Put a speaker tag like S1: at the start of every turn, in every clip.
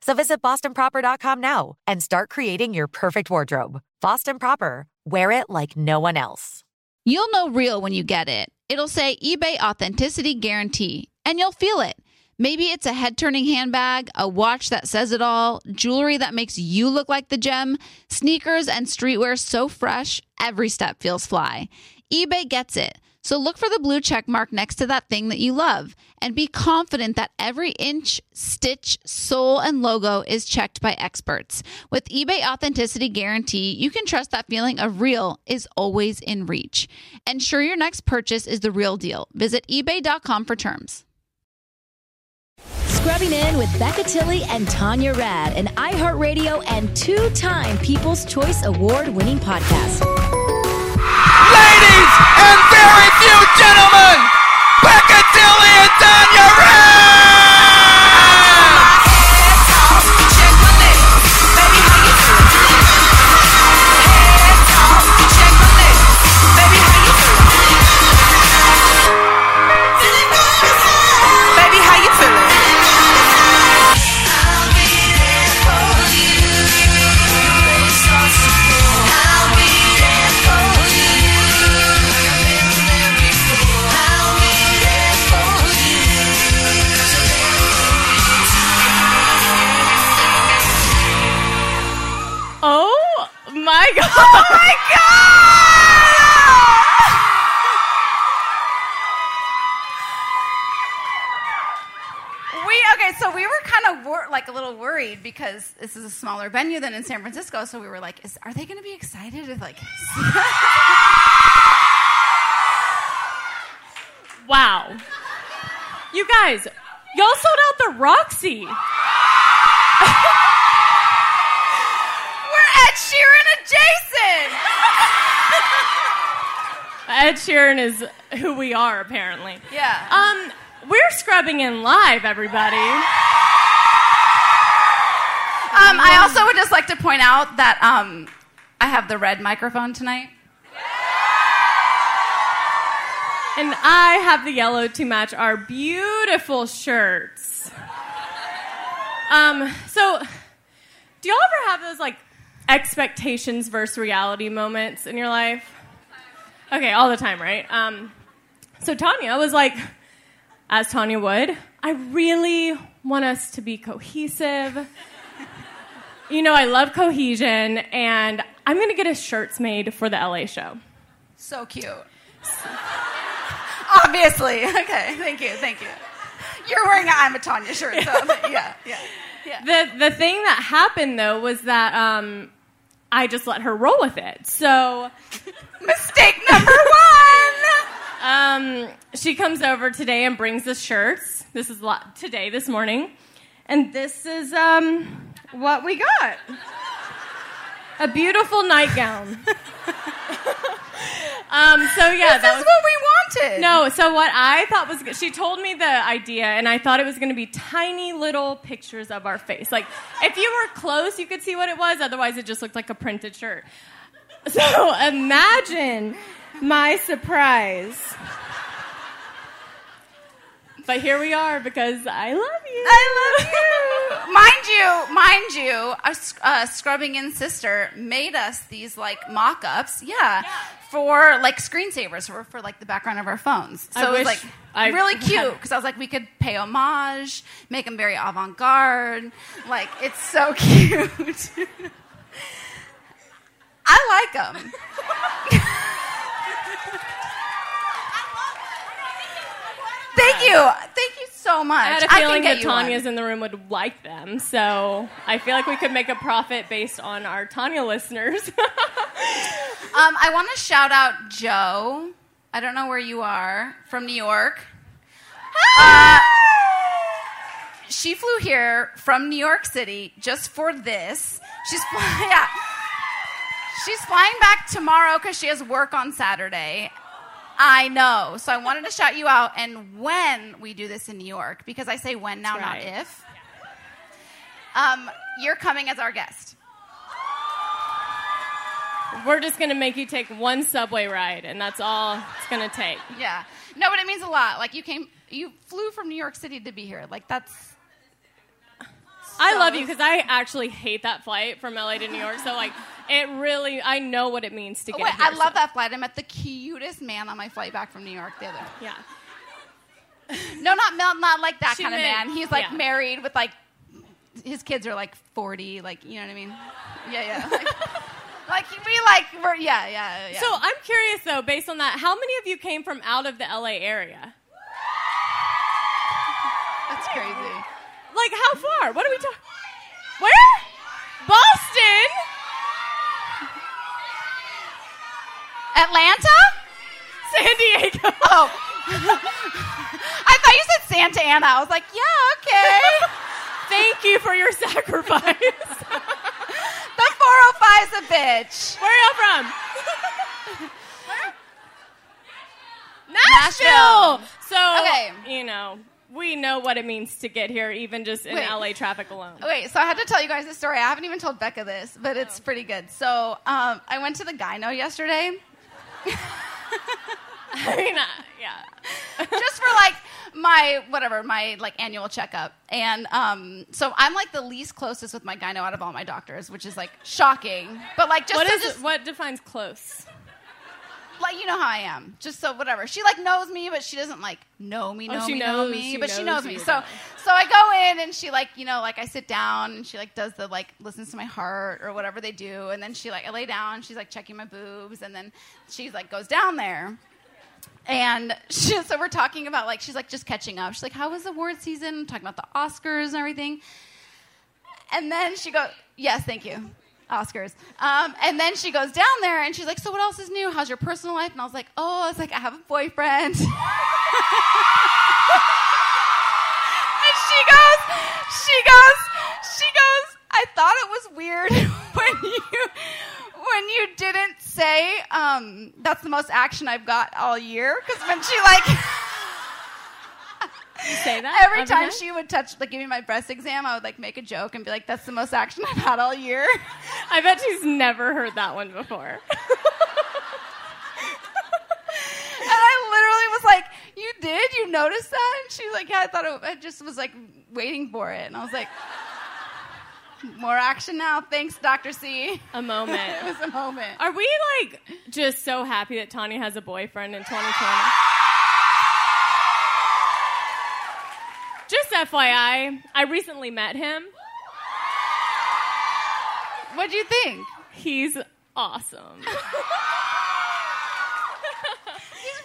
S1: So visit bostonproper.com now and start creating your perfect wardrobe. Boston Proper, wear it like no one else.
S2: You'll know real when you get it. It'll say eBay Authenticity Guarantee, and you'll feel it. Maybe it's a head turning handbag, a watch that says it all, jewelry that makes you look like the gem, sneakers and streetwear so fresh, every step feels fly. eBay gets it. So look for the blue check mark next to that thing that you love and be confident that every inch, stitch, sole, and logo is checked by experts. With eBay Authenticity Guarantee, you can trust that feeling of real is always in reach. Ensure your next purchase is the real deal. Visit eBay.com for terms.
S3: Scrubbing in with Becca Tilly and Tanya Rad, an iHeartRadio and two time People's Choice Award winning podcast.
S4: Ladies and very few gentlemen, Becca Tilly and Tanya Rand!
S5: Baby, how you feeling?
S6: Oh my god! Oh my god! we okay, so we were kind of wor- like a little worried because this is a smaller venue than in San Francisco, so we were like, is, are they going to be excited if like?
S7: Wow. You guys, y'all sold out the Roxy.
S6: we're Ed Sheeran adjacent.
S7: Ed Sheeran is who we are, apparently.
S6: Yeah.
S7: Um, we're scrubbing in live, everybody.
S6: Um, I also would just like to point out that um, I have the red microphone tonight.
S7: And I have the yellow to match our beautiful shirts. Um, so, do y'all ever have those like expectations versus reality moments in your life? Okay, all the time, right? Um, so, Tanya was like, as Tanya would, I really want us to be cohesive. you know, I love cohesion, and I'm gonna get us shirts made for the LA show.
S6: So cute. Obviously. Okay. Thank you. Thank you. You're wearing an I'm a Tanya shirt, so yeah, yeah.
S7: The the thing that happened though was that um, I just let her roll with it. So
S2: Mistake number one.
S7: um, she comes over today and brings the shirts. This is lo- today, this morning, and this is um, what we got. A beautiful nightgown. um, so yeah,
S2: This
S7: that
S2: is
S7: was
S2: what we wanted.
S7: no, so what I thought was good, she told me the idea, and I thought it was going to be tiny little pictures of our face. Like, if you were close, you could see what it was. Otherwise, it just looked like a printed shirt. So imagine my surprise. But here we are because I love you.
S2: I love you. mind you, mind you, our sc- uh, scrubbing in sister made us these like mock-ups, yeah, for like screensavers for, for like the background of our phones. So
S7: I
S2: it was
S7: wish
S2: like
S7: I-
S2: really cute because I was like, we could pay homage, make them very avant-garde. Like it's so cute. I like them. Thank you. Thank you so much.
S7: I had a
S2: can
S7: feeling
S2: get
S7: that
S2: you one.
S7: Tanya's in the room would like them, so I feel like we could make a profit based on our Tanya listeners.
S2: Um, I want to shout out Joe. I don't know where you are from New York. Uh, she flew here from New York City just for this. She's fly- yeah. She's flying back tomorrow because she has work on Saturday. I know. So I wanted to shout you out. And when we do this in New York, because I say when now,
S7: That's right.
S2: not if, um, you're coming as our guest.
S7: We're just gonna make you take one subway ride, and that's all it's gonna take.
S2: Yeah. No, but it means a lot. Like you came, you flew from New York City to be here. Like that's
S7: I love you because I actually hate that flight from LA to New York. So like, it really, I know what it means to
S2: Oh,
S7: get.
S2: wait,
S7: here,
S2: I love
S7: so-
S2: that flight. I met the cutest man on my flight back from New York the other.
S7: Yeah,
S2: No, not Mel, not like that
S7: She
S2: kind of
S7: meant-
S2: man. He's like
S7: yeah.
S2: married with like his kids are like forty. Like you know what I mean? Yeah, yeah. Like, like we like we're yeah, yeah, yeah.
S7: So I'm curious though, based on that, how many of you came from out of the LA area?
S2: that's crazy.
S7: Like how far? What are we talking? Where? Boston.
S2: Atlanta?
S7: San Diego.
S2: Oh, I thought you said Santa Ana. I was like, yeah, okay.
S7: Thank you for your sacrifice.
S2: the four hundred five is a bitch.
S7: Where are y'all from? Nashville.
S2: Nashville.
S7: So
S2: Okay.
S7: you know, we know what it means to get here, even just in
S2: Wait. Oh.
S7: LA traffic alone.
S2: Wait, so I had to tell you guys this story. I haven't even told Becca this, but it's
S7: Oh.
S2: pretty good. So um, I went to the gyno yesterday
S7: I mean, uh, yeah.
S2: just for like my whatever my like annual checkup, and um, so I'm like the least closest with my gyno out of all my doctors, which is like shocking. But like just
S7: What
S2: to
S7: is
S2: just
S7: what defines close?
S2: like you know how I am. Just so whatever. She like knows me, but she doesn't like know me,
S7: Oh,
S2: know
S7: she
S2: me,
S7: knows-
S2: know me.
S7: she
S2: but she
S7: knows
S2: knows me.
S7: you.
S2: So so I go in and she like, you know, like I sit down and she like does the like listens to my heart or whatever they do. And then she like I lay down, she's like checking my boobs, and then she's like goes down there. And she, so we're talking about like she's like just catching up. She's like, "How was award season?" talking about the Oscars and everything. And then she goes, Yes, thank you. Oscars. Um, and then she goes down there and she's like, So what else is new? How's your personal life? And I was like, Oh, I was like, I have a boyfriend. and she goes, She goes, She goes, I thought it was weird when you. When you didn't say, um, that's the most action I've got all year. Because when she like,
S7: Say that
S2: Every
S7: I've
S2: time
S7: done?
S2: she would touch, like, give me my breast exam, I would like make a joke and be like, "That's the most action I've had all year."
S7: I bet she's never heard that one before.
S2: and I literally was like, "You did? You noticed that?" And she's like, "Yeah, I thought it, I just was like waiting for it." And I was like, "More action now, thanks, Doctor C."
S7: A
S2: It
S7: moment.
S2: was a moment.
S7: Are we like just so happy that Tanya has a boyfriend in 2020? Just FYI, I recently met him.
S2: What do you think?
S7: He's awesome.
S2: He's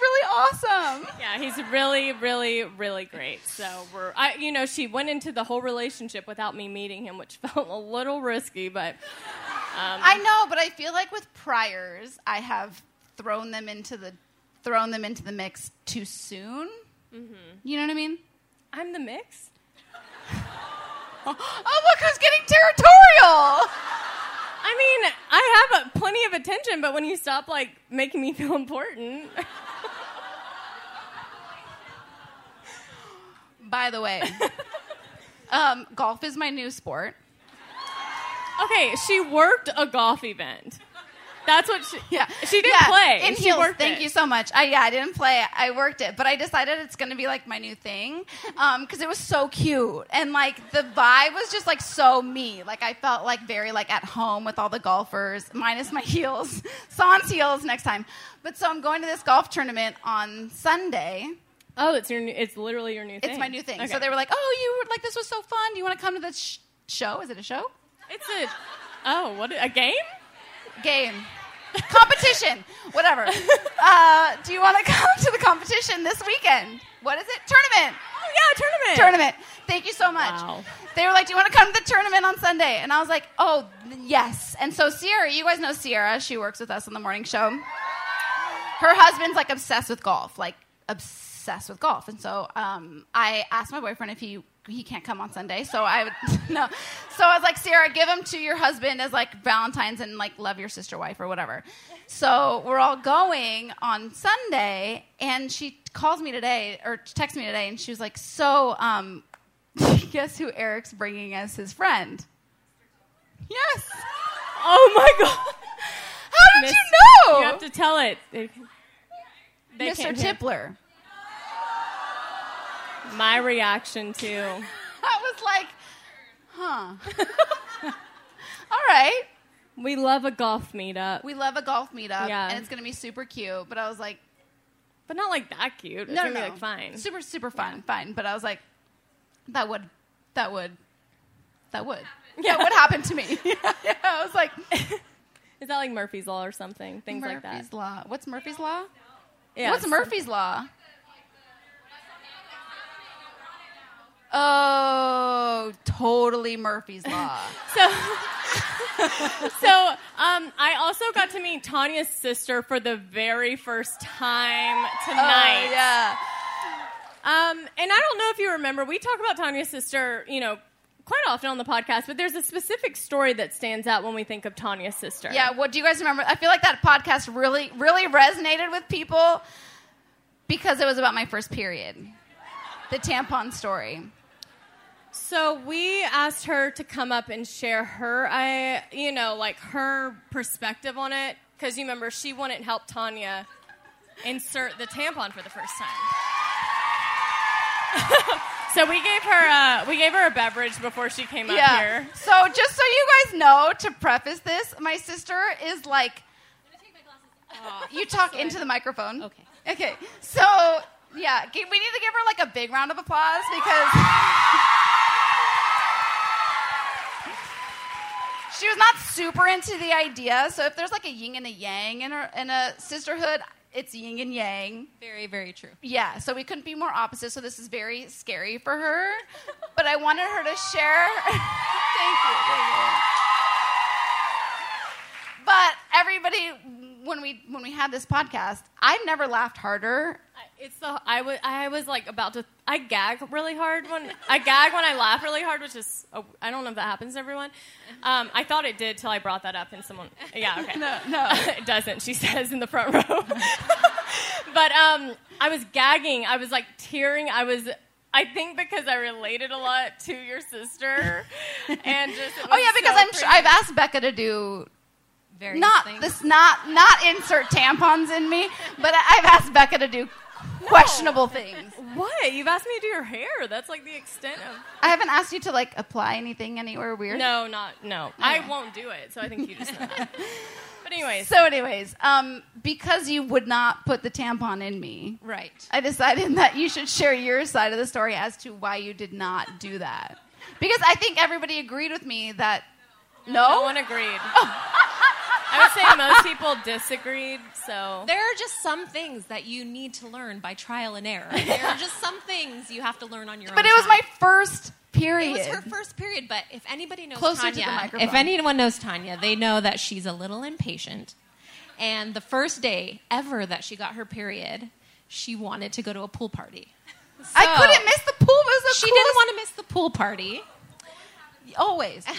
S2: really awesome.
S7: Yeah, he's really, really, really great. So we're, I, you know, she went into the whole relationship without me meeting him, which felt a little risky, but um,
S2: I know, but I feel like with priors, I have thrown them into the thrown them into the mix too soon. You know what I mean?
S7: I'm the mix.
S2: Oh, look who's getting territorial.
S7: I mean, I have uh plenty of attention, but when you stop like making me feel important,
S2: By the way, um, golf is my new sport.
S7: okay, she worked a golf event. That's what she.
S2: Yeah,
S7: she did
S2: Yeah,
S7: play.
S2: in
S7: she
S2: heels.
S7: worked
S2: Thank
S7: it.
S2: you so much. I yeah, I didn't play. I worked it, but I decided it's going to be like my new thing because it was so cute and like the vibe was just like so me. Like I felt like very like at home with all the golfers, minus my heels. Sans heels next time. But so I'm going to this golf tournament on Sunday.
S7: Oh, it's your. New, it's literally your new thing.
S2: It's my new thing. So
S7: Okay.
S2: they were like, "Oh, you were like this was so fun. Do you want to come to this sh- show? Is it a show?"
S7: It's a. Oh, what a game?
S2: game. Competition, whatever. Uh, do you want to come to the competition this weekend? What is it? Tournament.
S7: Oh yeah, a tournament.
S2: Tournament. Thank you so much.
S7: Wow.
S2: They were like, "Do you want to come to the tournament on Sunday?" And I was like, "Oh, yes." And so Sierra, you guys know Sierra. She works with us on the morning show. Her husband's like obsessed with golf, like obsessed with golf. And so um, I asked my boyfriend if he he can't come on Sunday. So I would no. So I was like, Sierra, give him to your husband as like Valentine's and like love your sister wife or whatever. So we're all going on Sunday, and she calls me today or texts me today, and she was like, so um, Guess who Eric's bringing as his friend? Yes.
S7: Oh my god.
S2: How did
S7: Miss-
S2: you know?
S7: You have to tell it. They- they
S2: Mr.
S7: can't hear.
S2: Tipler.
S7: My reaction to.
S2: I was like, huh. All right.
S7: We love a golf meetup,
S2: We love a golf meetup,
S7: Yeah.
S2: and it's going to be super cute. But I was like,
S7: but not like that cute. It's
S2: no, no,
S7: gonna
S2: no.
S7: be like fine.
S2: Super, super fun, fine. But I was like, that would, that would, that would. That would happen to me. yeah, I was like,
S7: Is that like Murphy's Law or something? Things
S2: Murphy's
S7: like that.
S2: Law. What's Murphy's Law?
S7: Yeah,
S2: What's
S7: it's-
S2: Murphy's Law? Oh, totally Murphy's Law.
S7: So, so um, I also got to meet Tanya's sister for the very first time tonight.
S2: Oh, yeah.
S7: Um, and I don't know if you remember, we talk about Tanya's sister, you know, quite often on the podcast, but there's a specific story that stands out when we think of Tanya's sister.
S2: Yeah, what do you guys remember? I feel like that podcast really, really resonated with people because it was about my first period. The tampon story.
S7: So we asked her to come up and share her, I, you know, like her perspective on it, because you remember she wouldn't help Tanya insert the tampon for the first time. so we gave her a, we gave her a beverage before she came up
S2: yeah.
S7: here.
S2: So just so you guys know, to preface this, my sister is like you talk into the microphone.
S8: Okay.
S2: Okay. So yeah, g- we need to give her like a big round of applause because she was not super into the idea. So if there's like a yin and a yang in her in a sisterhood, it's yin and yang.
S8: Very, very true.
S2: Yeah. So we couldn't be more opposite. So this is very scary for her. But I wanted her to share. Thank you. Thank you but everybody when we when we had this podcast i've never laughed harder
S7: It's the I was I was like about to I gag really hard when I gag when I laugh really hard, which is oh, I don't know if that happens to everyone. Um, I thought it did till I brought that up and someone yeah okay no no it doesn't she says in the front row. but um, I was gagging, I was like tearing, I was. I think because I related a lot to your sister, and just it
S2: oh
S7: was
S2: yeah because
S7: so
S2: i'm sure
S7: pretty.
S2: i've asked becca to do
S8: Very
S2: not this not not insert tampons in me but I- i've asked becca to do questionable things
S7: what you've asked me to do your hair. That's like the extent of
S2: i haven't asked you to like apply anything anywhere weird
S7: No, not no. I won't do it. So I think you just know that. But anyways,
S2: so anyways um because you would not put the tampon in me
S8: Right.
S2: I decided that you should share your side of the story as to why you did not do that. Because I think everybody agreed with me that no,
S7: no one agreed. I would say most people disagreed, so.
S8: There are just some things that you need to learn by trial and error. There are just some things you have to learn on your own.
S2: But it was
S8: time.
S2: my first period.
S8: It was her first period, but if anybody knows
S2: Closer to the
S8: Tanya,
S2: microphone.
S8: if anyone knows Tanya, they know that she's a little impatient. And the first day ever that she got her period, she wanted to go to a pool party.
S2: I
S8: So-
S2: couldn't miss the pool. It was the
S8: she
S2: coolest-
S8: didn't want to miss the pool party.
S2: always.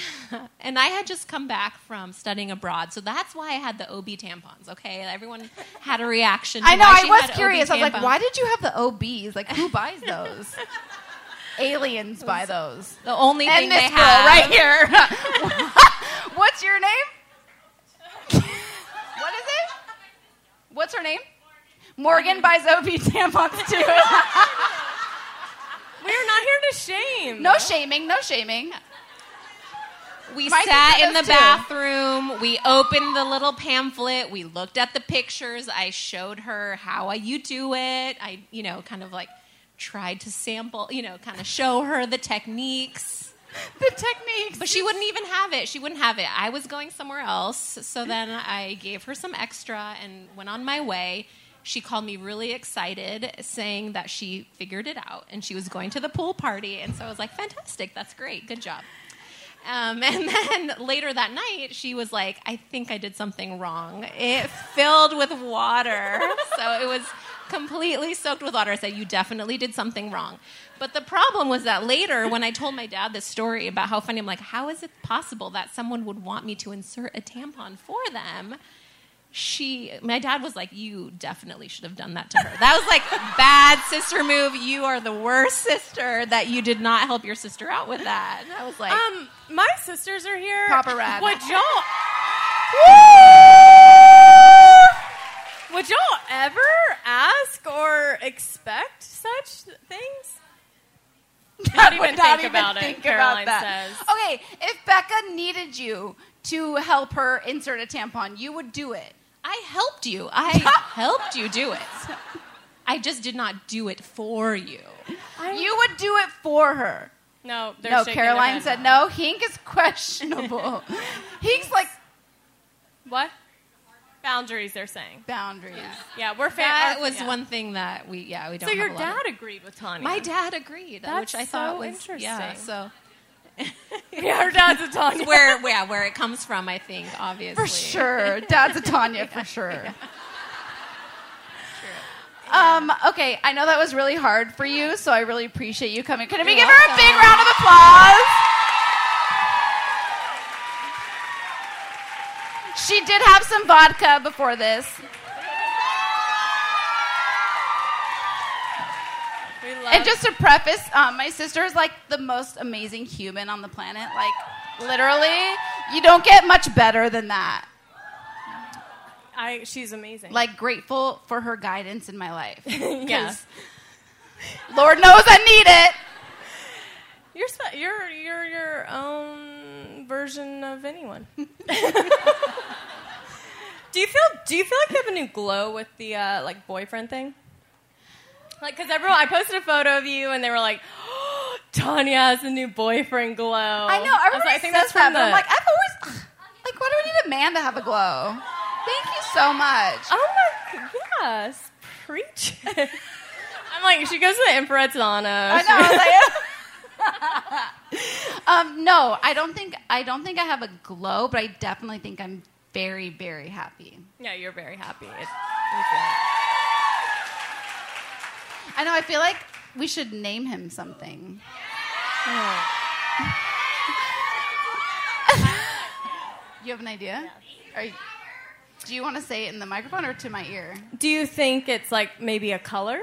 S8: And I had just come back from studying abroad, so that's why I had the OB tampons. Okay, everyone had a reaction. To
S2: I know.
S8: why
S2: I
S8: she had
S2: was
S8: OB
S2: curious. I was like,
S8: tampons.
S2: why did you have the OBs? Like, who buys those? Aliens buy those.
S8: the only thing
S2: And this
S8: they
S2: girl
S8: had
S2: right here. What's your name? what is it? What's her name? Morgan buys OB tampons too.
S7: We are not here to shame.
S2: no shaming. No shaming.
S8: We
S2: My
S8: sat
S2: sister
S8: in the
S2: does too.
S8: bathroom. We opened the little pamphlet. We looked at the pictures. I showed her how I, you do it. I, you know, kind of like tried to sample, you know, kind of show her the techniques.
S2: The techniques.
S8: But she wouldn't even have it. She wouldn't have it. I was going somewhere else. So then I gave her some extra and went on my way. She called me really excited, saying that she figured it out and she was going to the pool party. And so I was like, fantastic. That's great. Good job. Um, and then later that night, she was like, I think I did something wrong. It filled with water. So it was completely soaked with water. I said, You definitely did something wrong. But the problem was that later, when I told my dad this story about how funny, I'm like, How is it possible that someone would want me to insert a tampon for them? She, my dad was like, You definitely should have done that to her. That was like, Bad sister move. You are the worst sister that you did not help your sister out with that. And I was like,
S7: Um, my sisters are here.
S2: Papa Rad.
S7: Would y'all? Would y'all ever ask or expect such things? Not even
S2: would not
S7: think
S2: even
S7: about it.
S2: think
S7: Caroline
S2: about that.
S7: says.
S2: Okay, if Becca needed you to help her insert a tampon, you would do it.
S8: I helped you. I helped you do it. I just did not do it for you.
S2: You would do it for her.
S7: No, they're
S2: No,
S7: shaking their
S2: Caroline
S7: head
S2: said no. Hink is questionable. Hink's like
S7: What? Boundaries, they're saying.
S2: boundaries.
S7: Yeah, we're fans.
S8: That was one thing that we yeah we don't.
S7: So
S8: have
S7: your
S8: a lot of-
S7: dad agreed with Tanya.
S8: my dad agreed,
S7: That's
S8: which I thought
S7: so
S8: was Yeah,
S7: interesting.
S8: so
S7: Yeah, her dad's a Tanya.
S8: where yeah where it comes from, I think obviously
S2: For sure. Dad's a Tanya for sure. Um, okay, I know that was really hard for you, so I really appreciate you coming. Can we give her a big round of applause? She did have some vodka before this.
S7: We love
S2: And just to preface, um, my sister is like the most amazing human on the planet. Like, literally, you don't get much better than that.
S7: I, she's amazing.
S2: Like, grateful for her guidance in my life.
S7: yeah.
S2: Lord knows I need it.
S7: You're, spe- you're, you're your own version of anyone. do you feel Do you feel like you have a new glow with the uh, like boyfriend thing? Like, because everyone, I posted a photo of you, and they were like, "Tanya has a new boyfriend glow."
S2: I know.
S7: was
S2: Everybody
S7: like,
S2: says that, but I'm like, I've always like, why do we need a man to have a glow? Thank you so much.
S7: Oh my yes, preach. it." I'm like, she goes to the infrared sauna.
S2: I know. I was like, um, no, I don't think I don't think I have a glow, but I definitely think I'm very very happy.
S7: Yeah, you're very happy. It-
S2: I know. I feel like we should name him something. you have an idea? Are you, do you want to say it in the microphone or to my ear?
S7: Do you think it's like maybe a color?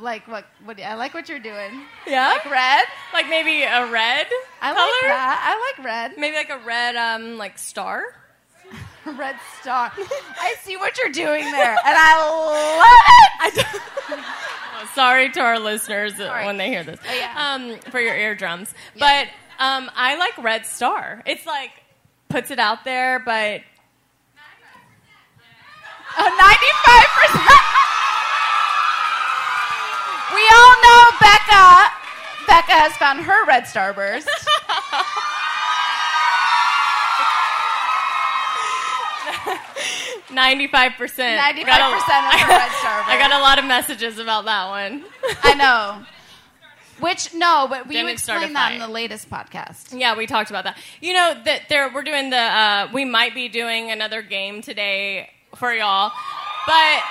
S2: Like what? What I like what you're doing.
S7: Yeah.
S2: Like red.
S7: Like maybe a red
S2: I
S7: color?
S2: like that. I like red.
S7: Maybe like a red um like star?
S2: Red Star. I see what you're doing there, and I love it.
S7: Oh, sorry to our listeners
S2: Sorry.
S7: when they hear this.
S2: Oh, yeah.
S7: Um for your eardrums. But um I like red star. It's like puts it out there but
S2: Ninety-five percent. We all know Becca. Becca has found her red starburst.
S7: Ninety-five percent.
S6: 95% of her red starburst.
S7: I got a lot of messages about that one.
S6: I know. Which no, but we
S7: Didn't start a
S6: explained that in
S7: fight.
S6: the latest podcast.
S7: Yeah, we talked about that. You know that there we're doing the uh, we might be doing another game today for y'all, but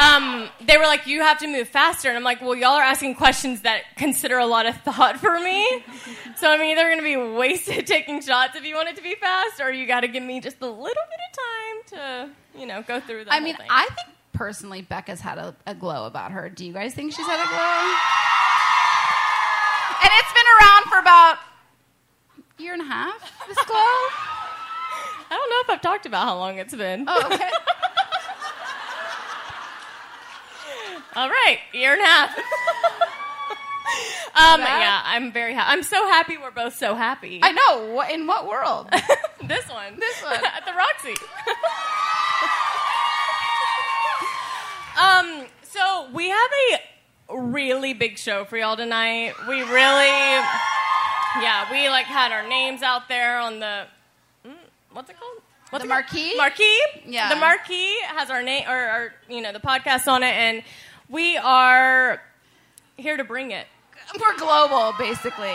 S7: um, they were like you have to move faster, and I'm like, well, y'all are asking questions that consider a lot of thought for me, so I'm either going to be wasted taking shots if you want it to be fast, or you got to give me just a little bit of time to you know go through that.
S6: I mean, I think personally, Becca's had a, a glow about her. Do you guys think she's had a glow? And it's been around for about a year and a half. This glow. I
S7: don't know if I've talked about how long it's been.
S6: Oh, okay.
S7: All right, year and a half. um,
S6: That-
S7: yeah, I'm very happy. I'm so happy we're both so happy.
S6: I know. What, in what world?
S7: this one.
S6: This one.
S7: At the Roxy. um, so we have a really big show for y'all tonight. We really, yeah, we like had our names out there on the, mm, what's it called? What's
S6: The
S7: it called?
S6: marquee?
S7: Marquee.
S6: Yeah.
S7: The marquee has our name or our, you know, the podcast on it, and we are here to bring it.
S6: We're global, basically.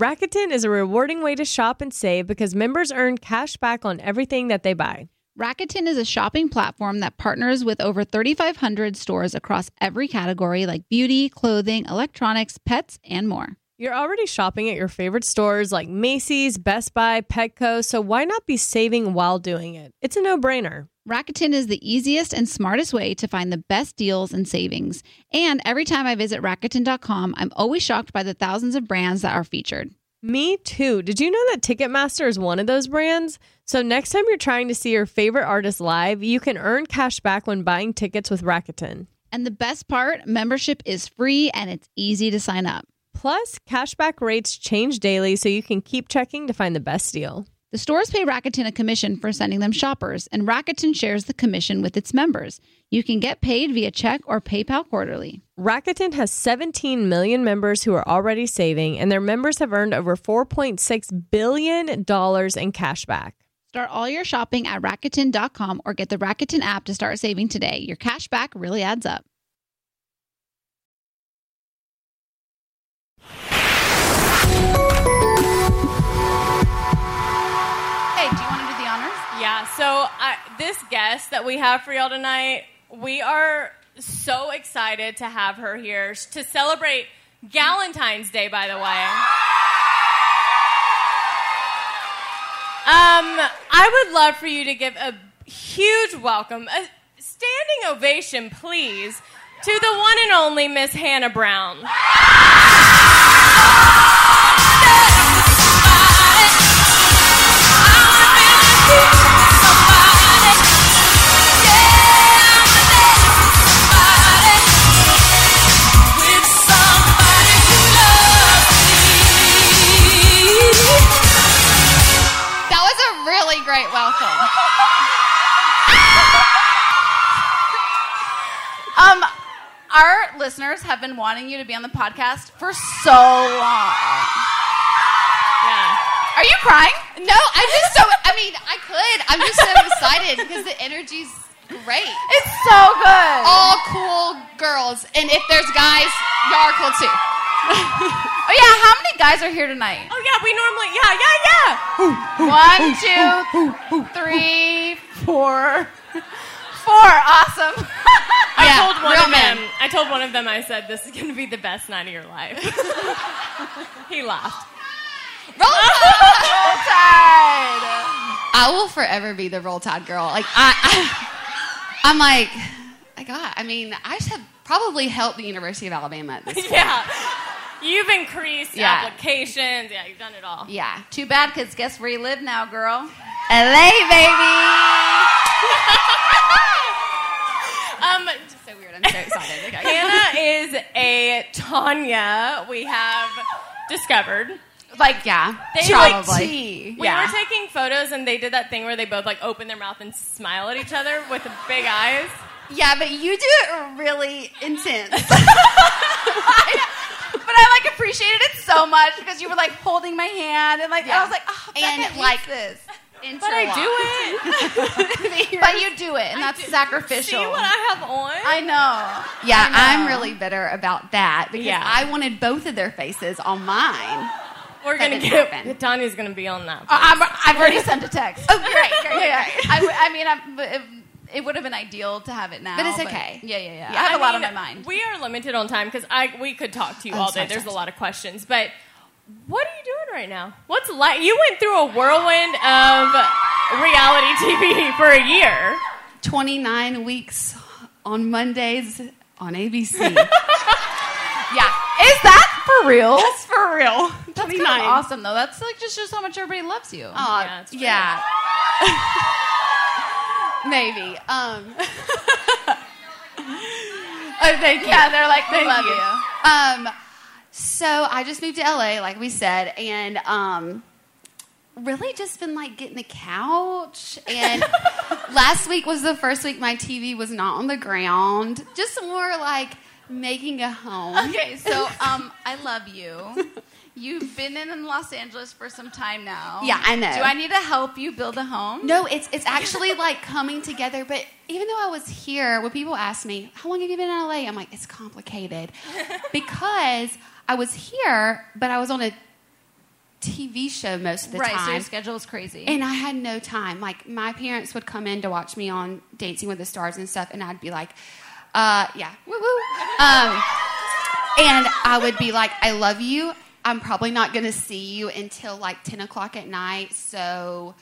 S7: Rakuten is a rewarding way to shop and save because members earn cash back on everything that they buy.
S2: Rakuten is a shopping platform that partners with over 3,500 stores across every category like beauty, clothing, electronics, pets, and more.
S7: You're already shopping at your favorite stores like Macy's, Best Buy, Petco, so why not be saving while doing it? It's a no brainer.
S2: Rakuten is the easiest and smartest way to find the best deals and savings. And every time I visit Rakuten.com, I'm always shocked by the thousands of brands that are featured.
S6: Me too. Did you know that Ticketmaster is one of those brands? So next time you're trying to see your favorite artist live, you can earn cash back when buying tickets with Rakuten.
S9: And the best part membership is free and it's easy to sign up.
S6: Plus, cashback rates change daily, so you can keep checking to find the best deal.
S9: The stores pay Rakuten a commission for sending them shoppers, and Rakuten shares the commission with its members. You can get paid via check or PayPal quarterly.
S6: Rakuten has 17 million members who are already saving, and their members have earned over $4.6 billion in cashback.
S9: Start all your shopping at Rakuten.com or get the Rakuten app to start saving today. Your cashback really adds up.
S2: Hey, do you want to do the honors?
S7: Yeah, so I, this guest that we have for y'all tonight, we are so excited to have her here s- to celebrate Galentine's Day, by the way. Um, I would love for you to give a huge welcome, a standing ovation, please, to the one and only Miss Hannah Brown.
S2: That was a really great welcome. um, our listeners have been wanting you to be on the podcast for so long.
S7: Yeah.
S2: Are you crying?
S10: No, I'm just so. I mean, I could. I'm just so excited because the energy's great.
S2: It's so good.
S10: All cool girls, and if there's guys, y'all are cool too.
S2: Oh yeah, how many guys are here tonight?
S7: Oh yeah, we normally yeah yeah yeah.
S2: One, two, three, four, four. Awesome.
S7: I
S2: Yeah,
S7: told one
S2: real
S7: of
S2: men.
S7: them. I told one of them. I said, "This is going to be the best night of your life." he laughed.
S10: Roll
S2: Tide.
S10: I will forever be the roll tide girl. Like I, I I'm like, my God. I mean, I just have probably helped the University of Alabama at this point.
S7: yeah, you've increased
S10: Yeah.
S7: applications. Yeah, you've done it all.
S10: Yeah.
S2: Too bad, cause guess where you live now, girl? LA, baby.
S7: Um,
S10: so weird. I'm so excited. Okay.
S7: Hannah is a Tanya. We have discovered.
S10: Like yeah,
S7: They
S10: probably.
S7: like tea. We
S10: Yeah.
S7: were taking photos and they did that thing where they both like open their mouth and smile at each other with the big eyes.
S10: Yeah, but you do it really intense.
S2: but I like appreciated it so much because you were like holding my hand and like I was like, oh,
S10: And,
S2: Becca
S10: like,
S2: like this.
S10: But I do
S2: it. but you do it, and that's sacrificial.
S7: See what I have on?
S2: I know.
S10: Yeah,
S2: I know.
S10: I'm really bitter about that because
S7: Yeah.
S10: I wanted both of their faces on mine.
S7: We're
S10: That
S7: gonna
S10: didn't
S7: get
S10: happen.
S7: Tanya's gonna be on
S10: Oh,
S7: that.
S2: I'm, Uh, I've already sent a text. Oh, great, great, great. I, w- I mean, I'm, but it, it would have been ideal to have it now.
S10: But it's okay.
S2: yeah, yeah, yeah, I have a lot on my
S7: mean,
S2: mind.
S7: We are limited on time because I we could talk to you
S2: Oh,
S7: all
S2: sorry,
S7: day. There's
S2: sorry,
S7: a lot of questions, but what are you doing right now? What's like? You went through a whirlwind of reality TV for a year.
S10: 29 weeks on Mondays on ABC.
S2: Is that for real?
S10: That's for real.
S2: That's kind of
S10: 29.
S2: awesome, though. That's like just shows how much everybody loves you.
S10: Aw, yeah. Maybe. Um, oh, thank you.
S2: Yeah, they're like, we
S10: Thank
S2: love
S10: you. Um, so I just moved to LA, like we said, and um, really just been like getting the couch. And last week was the first week my TV was not on the ground. Just more like making a home.
S2: Okay, so um, I love you. You've been in Los Angeles for some time now.
S10: Yeah, I know.
S2: Do I need to help you build a home?
S10: No, it's it's actually like coming together. But even though I was here, when people ask me, "How long have you been in LA?" I'm like, "It's complicated," because I was here, but I was on a TV show most of the
S2: right, so
S10: time.
S2: your schedule is crazy.
S10: and I had no time. Like my parents would come in to watch me on Dancing with the Stars and stuff, and I'd be like, uh, "Yeah, woo woo," um, and I would be like, "I love you." I'm probably not going to see you until like 10 o'clock at night, so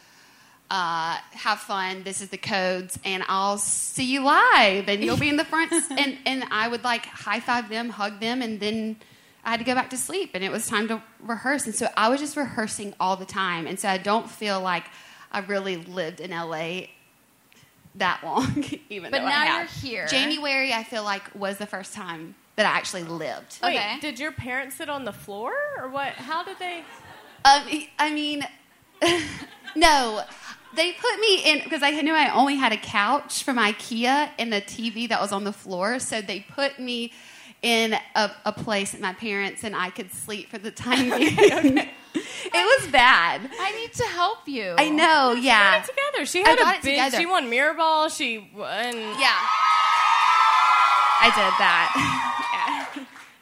S10: uh, have fun. This is the codes, and I'll see you live, and you'll be in the front. s- and and I would like high five them, hug them, and then I had to go back to sleep and it was time to rehearse. And so I was just rehearsing all the time. And so I don't feel like I really lived in LA that long, even
S2: But
S10: though I
S2: now
S10: have.
S2: you're here.
S10: January, I feel like, was the first time that I actually lived.
S7: Wait, did your parents sit on the floor or what? How did they?
S10: Um, I mean, no. They put me in because I knew I only had a couch from IKEA and a TV that was on the floor. So they put me in a, a place that my parents and I could sleep for the time being. It was bad.
S2: I need to help you.
S10: I know, yeah.
S7: Got it together. She
S10: I
S7: had
S10: got
S7: a
S10: it
S7: big.
S10: together.
S7: She won mirror ball. She won.
S10: Yeah. I did that.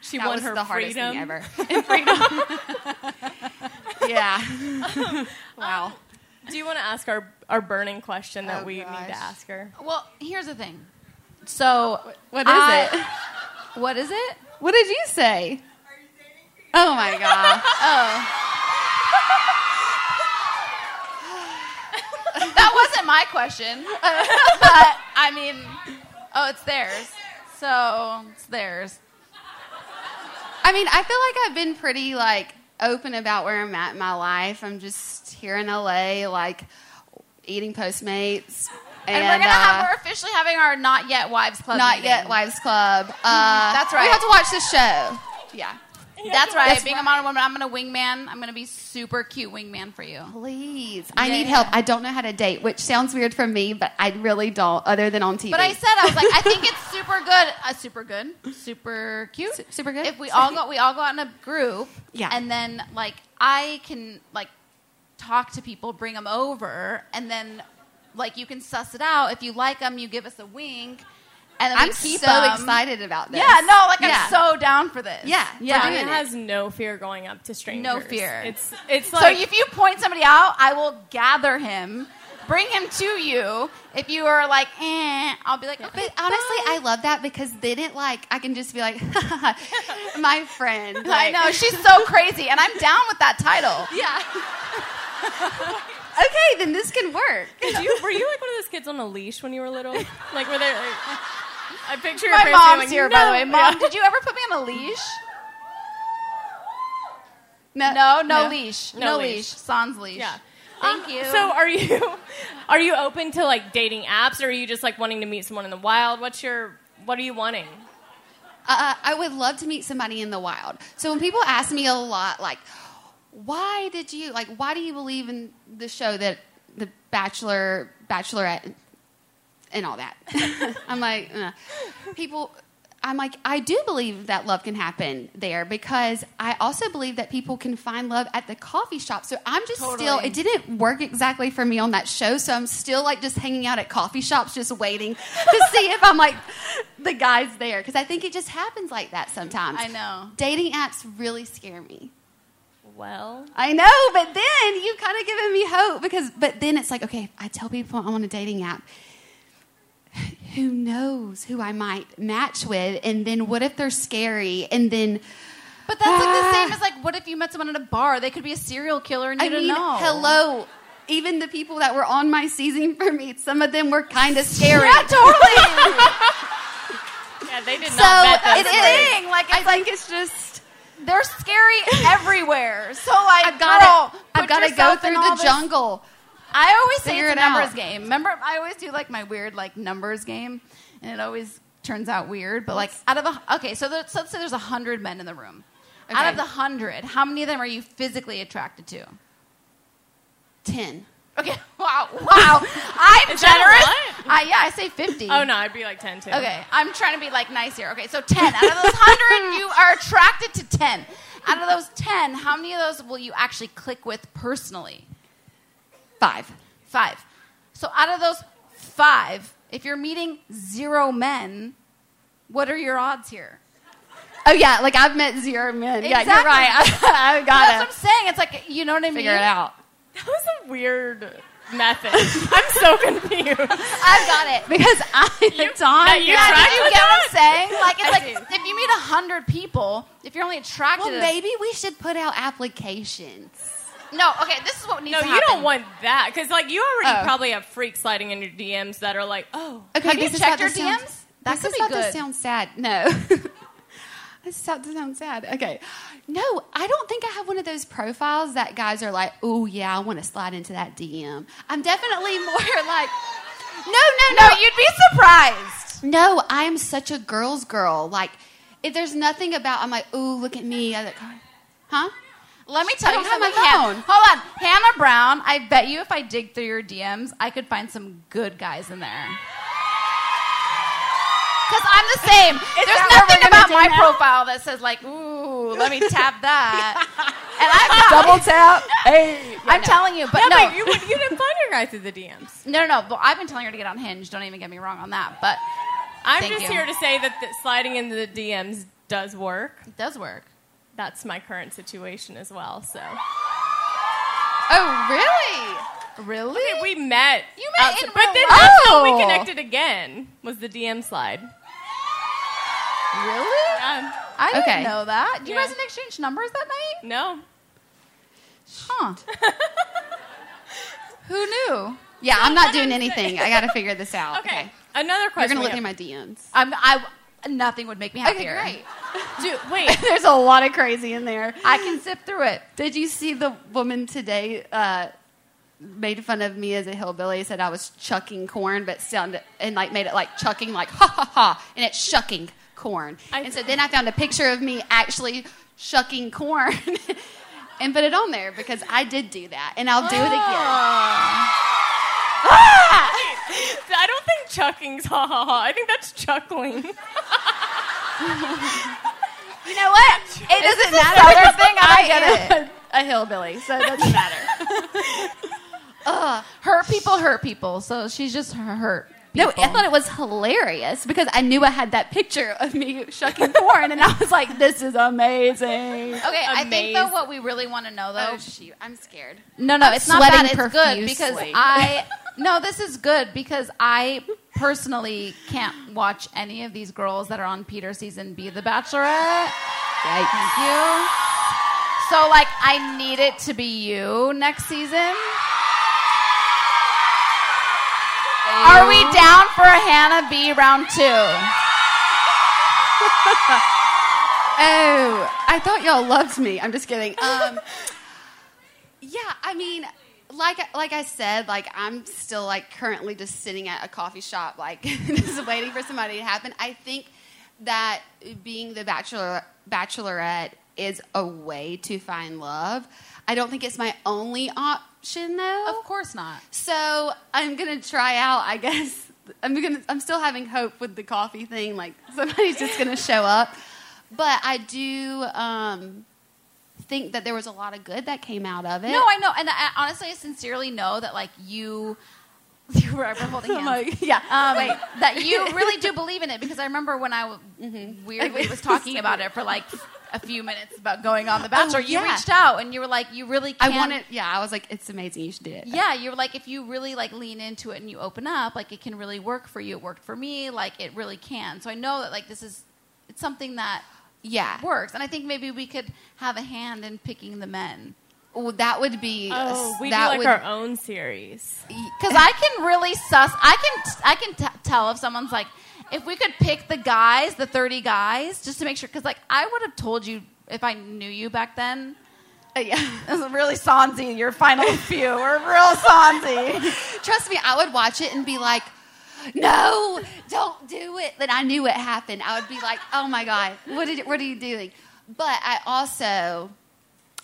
S7: She
S10: That
S7: won
S10: was
S7: her
S10: the hardest
S7: freedom.
S10: thing ever. And freedom. yeah. Wow.
S7: Um,
S10: Oh,
S7: Do you want to ask our our burning question that we need to ask her?
S2: Well, here's the thing. So
S10: what is
S2: it? What is it?
S10: What did you say? Oh my god.
S2: Oh. that wasn't my question. but I mean, oh, it's theirs. So it's theirs.
S10: I mean, I feel like I've been pretty like open about where I'm at in my life. I'm just here in LA, like eating Postmates,
S2: And,
S10: and,
S2: we're gonna have
S10: uh,
S2: we're officially having our not yet wives club.
S10: not
S2: meeting. Mm-hmm.
S10: yet Wives Club. Uh,
S2: That's right.
S10: We have to watch the show. Yeah.
S2: That's right.
S10: That's
S2: Being a modern woman, I'm gonna wingman. I'm gonna be super cute wingman for you.
S10: Please. I
S2: Yeah,
S10: need
S2: yeah.
S10: help. I don't know how to date, which sounds weird for me, but I really don't, other than on TV.
S2: But I said I was like, I think it's super good, uh, super good, super cute,
S10: super good.
S2: If we all go, we all go out in a group,
S10: Yeah.
S2: and then like I can like talk to people, bring them over, and then like you can suss it out. If you like them, you give us a wink, and then we
S10: I'm
S2: keep
S10: so
S2: 'em.
S10: excited about this.
S2: Yeah, no, like
S10: Yeah.
S2: I'm so down for this.
S10: Yeah,
S7: Yeah,
S2: We're doing
S7: it
S2: it.
S7: has no fear going up to strangers.
S2: No fear.
S7: It's it's
S2: so
S7: like
S2: if you point somebody out, I will gather him, bring him to you. If you are like, eh, I'll be like, okay,
S10: But honestly, I love that because then it like I can just be like, my friend.
S2: I
S10: like-
S2: know she's so crazy, and I'm down with that title.
S10: Yeah. okay, then this can work.
S7: Did you, were you like one of those kids on a leash when you were little? Like were they? Like, I picture your
S2: My
S7: parents being
S2: mom's
S7: like,
S2: here, by the
S7: "No."
S2: way. Mom,
S7: Yeah.
S2: did you ever put me on a leash?
S10: No,
S2: no, no,
S7: no.
S2: leash,
S7: No
S2: no,
S7: leash.
S2: leash. Sans leash.
S7: Yeah.
S2: Thank you.
S7: So are you are you open to like dating apps or are you just like wanting to meet someone in the wild? What's your what are you wanting?
S10: Uh, I would love to meet somebody in the wild. So when people ask me a lot, like, why did you like? Why do you believe in the show that the Bachelor, Bachelorette, and all that? I'm like, uh. people. I'm like, I do believe that love can happen there because I also believe that people can find love at the coffee shop. So I'm just still,
S2: Totally.
S10: it didn't work exactly for me on that show. So I'm still like just hanging out at coffee shops, just waiting to see if I'm like the guy's there. Because I think it just happens like that sometimes.
S2: I know.
S10: Dating apps really scare me.
S7: Well,
S10: I know, but then you've kind of given me hope because, but then it's like, okay, if I tell people I'm on a dating app. Who knows who I might match with? And then what if they're scary? And then
S2: but that's like the
S10: Ah.
S2: same as like, what if you met someone at a bar? They could be a serial killer, and you
S10: I
S2: don't
S10: mean,
S2: know.
S10: hello. Even the people that were on my season for me, some of them were kind of scary.
S2: Yeah, totally.
S7: Yeah, they did
S10: so
S7: not bet that
S10: it
S7: story.
S10: is.
S2: thing. Like, it's
S10: I
S2: like
S10: think it's just
S2: they're scary everywhere. So like,
S10: I've got to.
S2: girl,
S10: I've
S2: put
S10: got to go
S2: yourself in
S10: through
S2: all
S10: the
S2: this-
S10: jungle.
S2: I always say
S10: Figure
S2: it's a
S10: it out.
S2: numbers game. Remember, I always do like my weird like numbers game, and it always turns out weird. But like out of a okay, so, there, so let's say there's a hundred men in the room. Out
S10: Okay.
S2: of the hundred, how many of them are you physically attracted to?
S10: Ten.
S2: Okay, wow, wow, I'm
S7: Is
S2: generous.
S7: that a
S2: I, yeah, I say fifty.
S7: Oh no, I'd be like ten too.
S2: Okay, I'm trying to be like nice here. Okay, so ten out of those hundred, you are attracted to ten. Out of those ten, how many of those will you actually click with personally?
S10: Five.
S2: Five. So out of those five, if you're meeting zero men, what are your odds here?
S10: Oh yeah, like I've met zero men. Yeah, you're
S2: Exactly.
S10: right. I, have
S2: That's what
S10: got
S2: I'm saying. It's like you know what I
S10: to
S2: mean.
S10: figure it out.
S7: That was a weird method. I'm so confused.
S2: I've got it.
S10: Because I you,
S7: no,
S10: Don,
S7: you
S2: Yeah,
S7: tried
S2: did you
S7: with
S2: get what
S7: that?
S2: I'm saying? Like
S7: I
S2: it's like if you meet a hundred people, if you're only attracted,
S10: well,
S2: to-
S10: maybe we should put out applications.
S2: No, okay. This is what needs
S7: No,
S2: to
S7: you
S2: happen.
S7: don't want that because like you already
S10: Oh.
S7: probably have freaks sliding in your DMs that are like, oh,
S10: Okay,
S2: Have you
S10: this is
S2: checked
S10: about
S2: your
S10: to sound-
S2: DMs? That
S10: this
S2: could
S10: is
S2: be
S10: about to
S2: good.
S10: sound sad. No. This sounds this sounds sad. Okay. No, I don't think I have one of those profiles that guys are like, oh, yeah, I want to slide into that DM. I'm definitely more like, no, no, no.
S2: No, you'd be surprised.
S10: No, I am such a girl's girl. Like, if there's nothing about, I'm like, oh, look at me. I look, huh?
S2: Let me tell
S10: I
S2: you
S10: don't have
S2: something,
S10: my
S2: Han-
S10: phone.
S2: Hold on, Hannah Brown. I bet you if I dig through your DMs, I could find some good guys in there. Because I'm the same. There's
S11: that what
S2: nothing
S11: we're gonna
S2: about
S11: do
S2: my
S11: now?
S2: profile that says like, "Ooh, let me tap that," and I've got-
S12: Double tap. Hey.
S2: I'm telling you, but
S7: Yeah,
S2: no,
S7: but you would- you didn't find your guy through the DMs.
S2: No, no, no. But I've been telling her to get on Hinge. Don't even get me wrong on that. But
S7: I'm
S2: Thank
S7: just
S2: you.
S7: here to say that the sliding into the DMs does work. It
S2: does work.
S7: That's my current situation as well. So.
S2: Oh, really? Really?
S7: we met.
S2: You met
S7: outside-
S2: in
S7: but
S2: real
S7: then
S2: life.
S7: that's how we
S2: Oh.
S7: connected again. Was the DM slide?
S2: Really? I didn't
S7: Okay.
S2: know that. You
S7: Yeah.
S2: guys didn't exchange numbers that night?
S7: No.
S2: Huh. Who knew?
S10: Yeah, I'm not doing anything. I got to figure this out. Okay.
S7: Another
S10: You're
S7: question.
S10: going to look
S7: we
S10: through my
S7: have-
S10: DMs.
S2: I'm, I, nothing would make me
S10: Okay,
S2: happier.
S10: great.
S7: Dude, wait.
S10: There's a lot of crazy in there.
S2: I can sift through it.
S10: Did you see the woman today uh, made fun of me as a hillbilly? Said I was chucking corn, but sounded and like made it like chucking, like ha ha ha, and it's shucking corn. and so then I found a picture of me actually shucking corn and put it on there because I did do that, and I'll do it again.
S7: I don't think chucking's ha ha ha. I think that's chuckling.
S2: You know what? It doesn't matter.
S10: Southern
S2: thing, I get it.
S10: A hillbilly, so it doesn't matter.
S2: Ugh. Hurt people hurt people, so she's just hurt.
S10: No, I thought it was hilarious because I knew I had that picture of me shucking corn, and I was like, "This is amazing."
S2: Okay, I think though what we really want to know though.
S10: Oh, shoot. I'm scared.
S2: No, no,
S10: I'm
S2: it's not bad.
S10: sweating
S2: It's good because
S10: profusely.
S2: I. No, this is good because I personally can't watch any of these girls that are on Peter season be the Bachelorette. Thank you. So like, I need it to be you next season. Are we down for a Hannah B round two?
S10: Oh, I thought y'all loved me. I'm just kidding. Um, yeah, I mean, like like I said, like I'm still like currently just sitting at a coffee shop, like just waiting for somebody to happen. I think that being the bachelor bachelorette is a way to find love. I don't think it's my only option though. Of
S2: course not.
S10: So I'm gonna try out. I guess I'm gonna. I'm still having hope with the coffee thing. Like somebody's just gonna show up. But I do um, think that there was a lot of good that came out of it.
S2: No, I know, and I, I honestly, I sincerely know that like you, you were ever holding hands. yeah, um,
S10: Wait.
S2: that you really do believe in it because I remember when I w-
S7: Mm-hmm.
S2: weirdly was talking about it for like a few minutes about going
S7: Oh,
S2: on The Bachelor. You reached out and you were like, you really.
S10: I
S2: Can.
S10: wanted. Yeah, I was like, it's amazing. You should do it.
S2: Yeah, you're like if you really like lean into it and you open up, like it can really work for you. It worked for me, like it really can. So I know that like this is it's something that
S10: yeah
S2: works, and I think maybe we could have a hand in picking the men.
S10: Well, that would be
S7: Oh, we
S2: That
S7: do like
S2: would-
S7: our own series.
S2: because I can really suss. I can I can t- tell if someone's like, if we could pick the guys, the thirty guys, just to make sure. Because like I would have told you if I knew you back then.
S10: yeah,
S2: Uh, this is really Sonzi. Your final few are real Sonzi.
S10: Trust me, I would watch it and be like, no, don't do it. Then I knew it happened. I would be like, oh my God, what, did, what are you doing? But I also,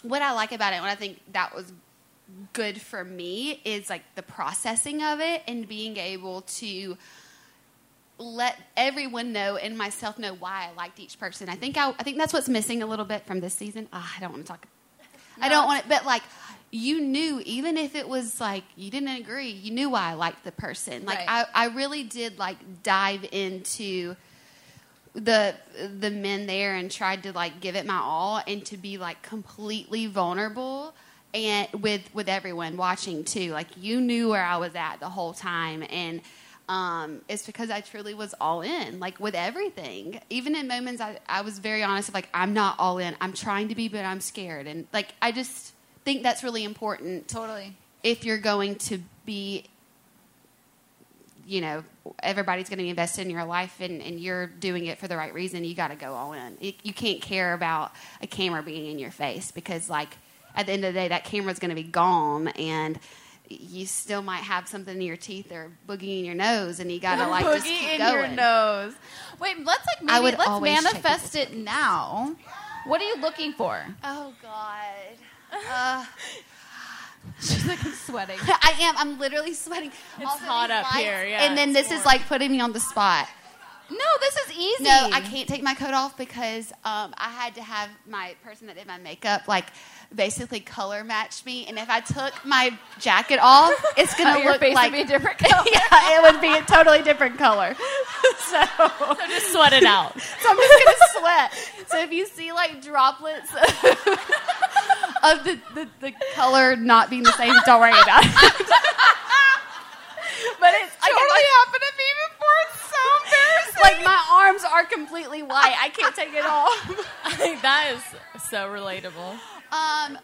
S10: what I like about it, what I think that was good for me is like the processing of it and being able to let everyone know and myself know why I liked each person. I think I, I think that's what's missing a little bit from this season. Ah, I don't want to talk I don't want it, but like you knew, even if it was like you didn't agree, you knew why I liked the person. Like I, I really did like dive into the the men there and tried to like give it my all and to be like completely vulnerable and with with everyone watching too. Like you knew where I was at the whole time and um, it's because I truly was all in, like with everything. Even in moments I, I was very honest of like, I'm not all in. I'm trying to be, but I'm scared. And like, I just think that's really important.
S2: Totally.
S10: If you're going to be you know, everybody's going to be invested in your life and, and you're doing it for the right reason, you got to go all in. It, you can't care about a camera being in your face because, like, at the end of the day, that camera's going to be gone and you still might have something in your teeth or boogie in your nose and you got to, like, just
S2: Boogie
S10: keep
S2: in
S10: going.
S2: your nose. Wait, let's like
S10: I
S2: maybe
S10: would
S2: let's
S10: always check it
S2: manifest it now. What are you looking for?
S10: Oh, God. Uh,
S2: She's like, I'm sweating.
S10: I am. I'm literally sweating. It's
S7: hot up here, yeah,
S10: And then
S7: it's
S10: this is like putting me on the spot.
S2: No, this is easy.
S10: No, I can't take my coat off because um, I had to have my person that did my makeup like basically color match me, and if I took my jacket off, it's gonna
S2: Your
S10: look
S2: face would
S10: like
S2: be a different color.
S10: yeah, it would be a totally different color. So,
S7: just sweat it out.
S10: so I'm just gonna sweat. So if you see like droplets of the, the, the color not being the same, don't worry about it. but it's
S2: totally
S10: happened to me before. It's so embarrassing. Like my arms are completely white. I can't take it off.
S7: I think that is so relatable.
S10: Um,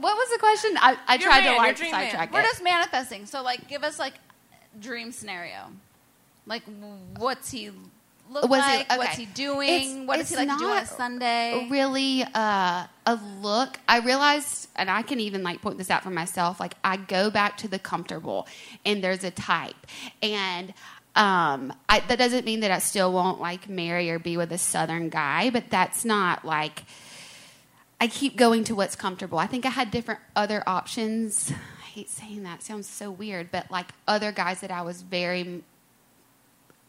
S10: what was the question? I, I
S7: Your
S10: tried
S7: man,
S10: to
S7: your
S10: like
S7: dream man.
S10: sidetrack
S2: We're
S10: it.
S2: just manifesting. So like, give us like dream scenario. Like, what's he look
S10: Was he-
S2: like? What's
S10: okay.
S2: he doing?
S10: It's-
S2: what does he
S10: it's
S2: like to do on a
S10: not
S2: Sunday?
S10: really uh, a look. I realized, and I can even like point this out for myself. Like I go back to the comfortable, and there's a type, and um, I, that doesn't mean that I still won't like marry or be with a southern guy, but that's not like. I keep going to what's comfortable. I think I had different other options. I hate saying that; it sounds so weird, but like other guys that I was very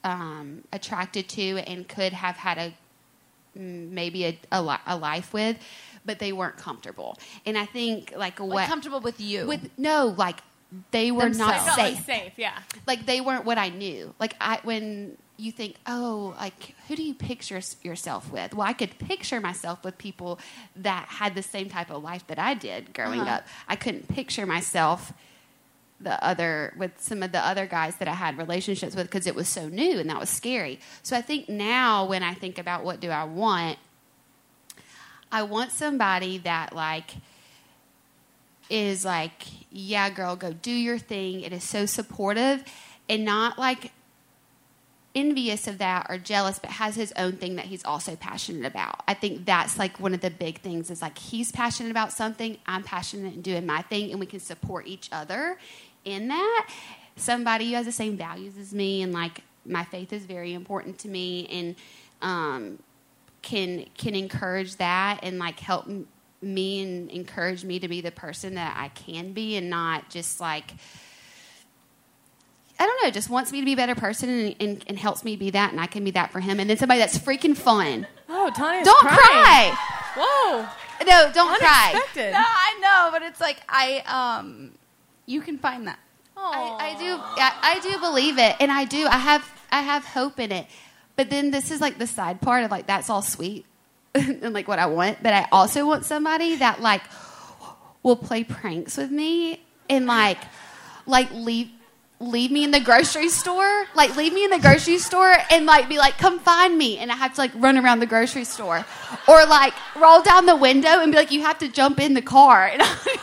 S10: um, attracted to and could have had a mm, maybe a, a, li- a life with, but they weren't comfortable. And I think like what
S2: Like, comfortable with you?
S10: with no like they were
S7: They
S10: not
S7: felt
S10: safe.
S7: unsafe, yeah.
S10: Like they weren't what I knew. Like I when you think oh like who do you picture s- yourself with? Well, I could picture myself with people that had the same type of life that I did growing
S2: Uh-huh.
S10: up. I couldn't picture myself the other with some of the other guys that I had relationships with because it was so new and that was scary. So I think now when I think about what do I want, I want somebody that like is like, yeah, girl, go do your thing. It is so supportive and not like envious of that or jealous, but has his own thing that he's also passionate about. I think that's like one of the big things is like he's passionate about something, I'm passionate in doing my thing, and we can support each other in that. Somebody who has the same values as me, and like my faith is very important to me, and um, can can encourage that and like help m- me and encourage me to be the person that I can be and not just like I don't know, just wants me to be a better person and, and, and helps me be that and I can be that for him and then somebody that's freaking fun.
S7: Oh, Tanya's
S10: Don't
S7: crying.
S10: cry.
S7: Whoa.
S10: No, don't cry.
S7: Unexpected.
S2: No, I know, but it's like I um, you can find that.
S10: I, I do I, I do believe it and I do I have I have hope in it. But then this is like the side part of like that's all sweet and like what I want, but I also want somebody that like will play pranks with me and like like leave leave me in the grocery store like leave me in the grocery store and like be like come find me and i have to like run around the grocery store or like roll down the window and be like you have to jump in the car and I'm like,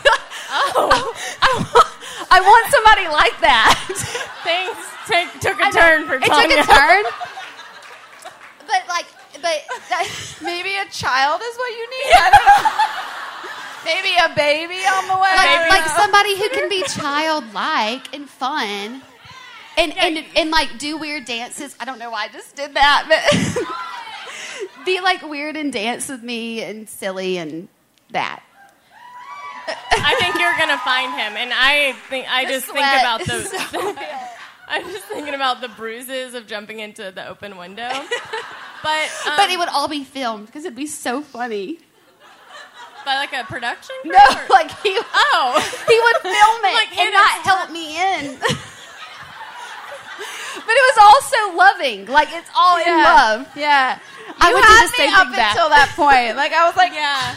S10: oh I, I, want somebody like that
S7: Things take, took
S10: I
S7: a
S10: know.
S7: turn for
S10: it
S7: Tanya.
S10: took a turn but like but that,
S2: Maybe a child is what you need. I don't know. Maybe a baby on the way.
S10: like, like somebody who can be childlike and fun and, and, and like do weird dances i don't know why i just did that but be like weird and dance with me and silly and that
S7: I think you're gonna find him, and I think I just think
S10: sweat
S7: about
S10: is
S7: the. I'm just thinking about the bruises of jumping into the open window, but um,
S10: but it would all be filmed because it'd be so funny
S7: by like a production. Crew
S10: no
S7: or-
S10: like he,
S7: oh,
S10: he would film it
S7: Like,
S10: and
S7: Hannah,
S10: not help me in but it was all so loving like it's all in love
S2: Yeah.
S10: i
S2: You
S10: would do
S2: had
S10: the
S2: me
S10: same
S2: up
S10: thing back
S2: until that point. Like I was like,
S7: yeah.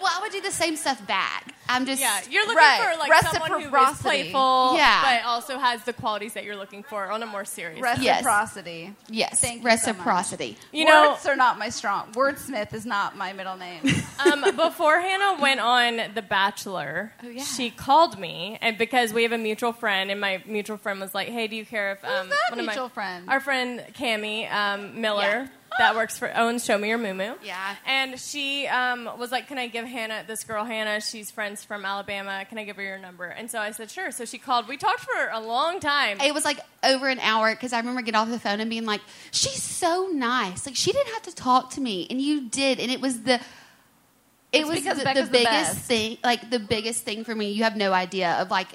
S10: well i would do the same stuff back I'm just
S7: yeah, you're looking
S10: right.
S7: for like someone who is
S10: Reciprocity.
S7: playful,
S10: Yeah.
S7: but also has the qualities that you're looking for on a more serious
S10: Yes.
S2: Reciprocity.
S10: Yes,
S2: Thank you so much.
S10: reciprocity.
S7: You know-
S2: Words are not my strong. Wordsmith is not my middle name.
S7: um, before Hannah went on The Bachelor, she called me, and because we have a mutual friend, and my mutual friend was like, "Hey, do you care if um,
S2: that
S7: one of my-
S2: mutual friend?
S7: our friend Cami um, Miller, that works for owns Show Me Your Moo Moo, yeah, and she um, was like, "Can I give Hannah this girl Hannah? She's friends from Alabama. Can I give her your number?" And so I said, "Sure." So she called. We talked for a long time.
S10: It was like over an hour because I remember getting off the phone and being like, "She's so nice. Like she didn't have to talk to me, and you did, and it was the." It
S2: It's
S10: was
S2: because
S10: the, the
S2: Becca's
S10: biggest
S2: the best.
S10: thing, like the biggest thing for me. You have no idea of like,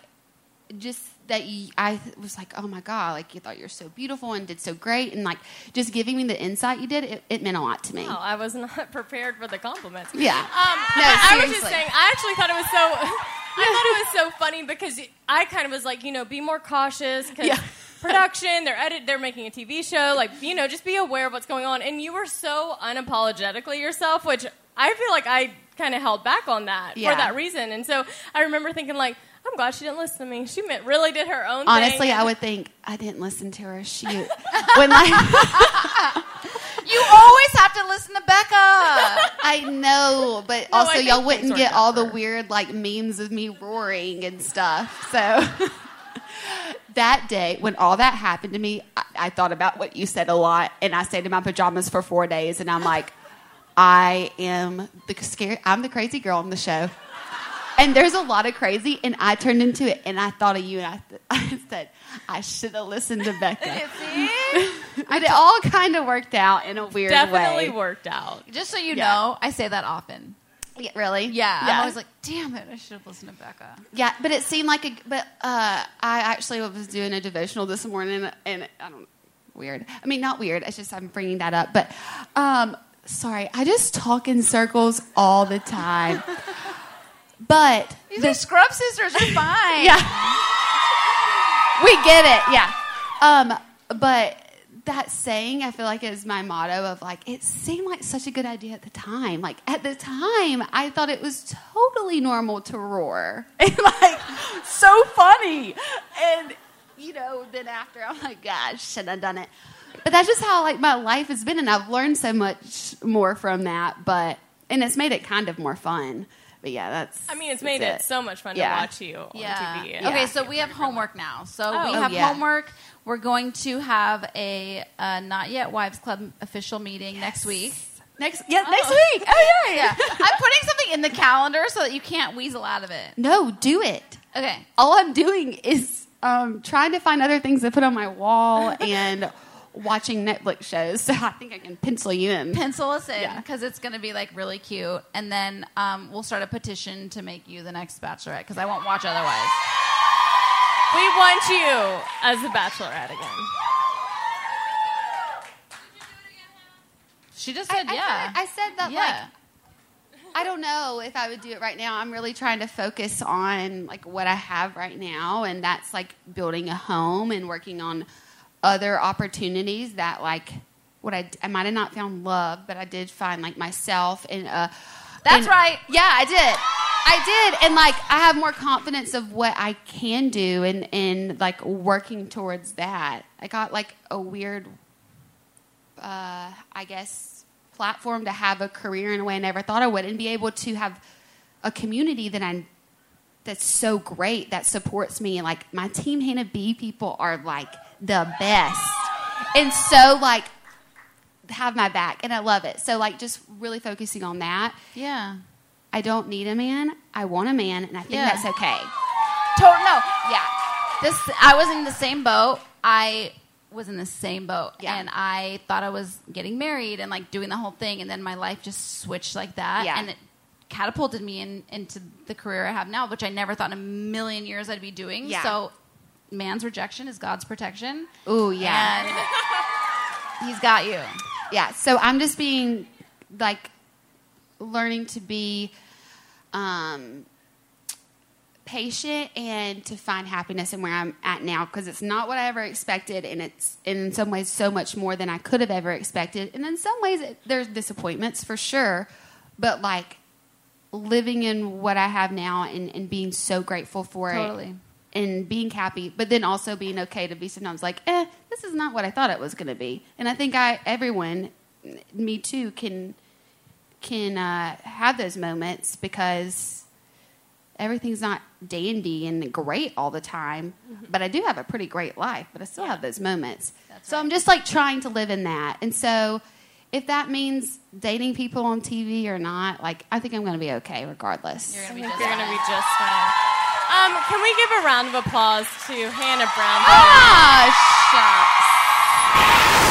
S10: just that you, I was like, oh my god, like you thought you were so beautiful and did so great, and like just giving me the insight you did, it, it meant a lot to me.
S2: Oh,
S7: Wow, I was not prepared for the compliments.
S10: Yeah.
S7: Um,
S10: No,
S7: but I was just
S10: seriously.
S7: saying, I actually thought it was so. I thought it was so funny because I kind of was like, you know, be more cautious because production, they're edit, they're making a TV show, like you know, just be aware of what's going on. And you were so unapologetically yourself, which I feel like I kind of held back on that
S10: Yeah.
S7: for that reason. And so I remember thinking, like, I'm glad she didn't listen to me. She meant, really did her own.
S10: Honestly,
S7: thing.
S10: I would think I didn't listen to her. She when like
S2: you always have to listen to Becca.
S10: I know, but
S2: No, I
S10: also
S2: think
S10: y'all
S2: things
S10: wouldn't
S2: are
S10: get all the weird like memes of me roaring and stuff. So that day when all that happened to me, I, I thought about what you said a lot, and I stayed in my pajamas for four days, and I'm like, I am the scare. I'm the crazy girl on the show. And there's a lot of crazy, and I turned into it, and I thought of you, and I, th- I said, I should have listened to Becca. but it all kind of worked out in a weird way.
S7: definitely worked out.
S2: Just so you
S10: Yeah.
S2: know, I say that often.
S10: Yeah, really?
S2: Yeah,
S10: Yeah.
S2: I'm always like, damn it, I should have listened to Becca.
S10: Yeah, but it seemed like a. But uh, I actually was doing a devotional this morning, and I don't. Weird. I mean, not weird. It's just I'm bringing that up. But um, sorry, I just talk in circles all the time. but
S2: These are scrub sisters are fine.
S10: yeah, we get it. Yeah. Um, but that saying, I feel like is my motto of like it seemed like such a good idea at the time. Like at the time, I thought it was totally normal to roar. so funny. And you know, then after I'm like, gosh, should have done it. But that's just how like my life has been, and I've learned so much more from that. But and it's made it kind of more fun. But yeah, that's.
S7: I mean, it's
S10: that's
S7: made it so much fun to watch you on
S2: yeah.
S7: TV.
S2: Okay, so we have homework now. So
S7: Oh.
S2: we
S7: Oh,
S2: have
S7: yeah.
S2: homework. We're going to have a uh, not yet wives club official meeting next week.
S10: Next, yeah, next week. Oh yeah,
S2: yeah. I'm putting something in the calendar so that you can't weasel out of it.
S10: No, do it.
S2: Okay.
S10: All I'm doing is um, trying to find other things to put on my wall and watching Netflix shows. So I think I can pencil you in.
S2: Pencil us in because it's going to be like really cute, and then um, we'll start a petition to make you the next Bachelorette because I won't watch otherwise.
S7: We want you as the Bachelorette again.
S2: She just
S10: I-
S2: said
S10: I,
S2: yeah.
S10: thought I said that
S2: Yeah.
S10: like I don't know if I would do it right now. I'm really trying to focus on like what I have right now and that's like building a home and working on other opportunities that like what I I might have not found love, but I did find like myself and uh
S2: That's
S10: and-
S2: right.
S10: Yeah, I did. I did and like I have more confidence of what I can do and and like working towards that. I got like a weird uh, I guess, platform to have a career in a way I never thought I would, and be able to have a community that I that's so great that supports me. And like my team Hannah B people are like the best, and so like have my back, and I love it. So like just really focusing on that.
S2: Yeah.
S10: I don't need a man. I want a man, and I think
S2: Yeah.
S10: that's okay.
S2: Total no. Yeah. This I was in the same boat. I was in the same boat and I thought I was getting married and like doing the whole thing and then my life just switched like that
S10: Yeah.
S2: and it catapulted me in, into the career I have now which I never thought in a million years I'd be doing.
S10: Yeah.
S2: So man's rejection is God's protection.
S10: Ooh, yeah.
S2: And he's got you.
S10: yeah so i'm just being like learning to be um patient and to find happiness in where i'm at now because it's not what i ever expected and it's in some ways so much more than i could have ever expected and in some ways it, there's disappointments for sure but like living in what I have now and, and being so grateful for it.
S13: Totally.
S10: And being happy, but then also being okay to be sometimes like, eh, this is not what I thought it was going to be. And I think I, everyone, me too, can can uh, have those moments because everything's not dandy and great all the time.
S14: Mm-hmm.
S10: But I do have a pretty great life, but I still have those moments. so I'm just like trying to live in that. And so if that means dating people on TV or not, like I think I'm going to be okay regardless.
S14: You're gonna be just fine. Um, can we give a round of applause to Hannah Brown? Ah, shucks.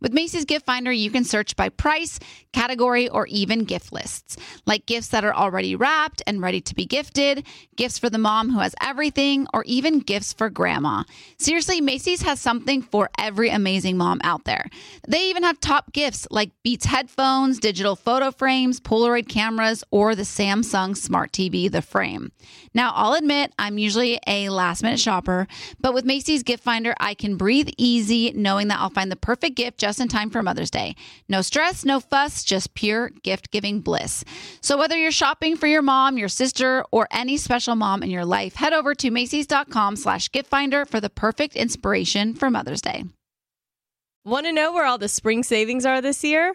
S2: With Macy's Gift Finder, you can search by price, category, or even gift lists, like gifts that are already wrapped and ready to be gifted, gifts for the mom who has everything, or even gifts for grandma. Seriously, Macy's has something for every amazing mom out there. They even have top gifts like Beats headphones, digital photo frames, Polaroid cameras, or the Samsung Smart TV, the frame. Now, I'll admit, I'm usually a last minute shopper, but with Macy's Gift Finder, I can breathe easy knowing that I'll find the perfect gift just in time for Mother's Day. No stress, no fuss, just pure gift giving bliss. So, whether you're shopping for your mom, your sister, or any special mom in your life, head over to Macy's.com slash gift finder for the perfect inspiration for Mother's Day.
S7: Want to know where all the spring savings are this year?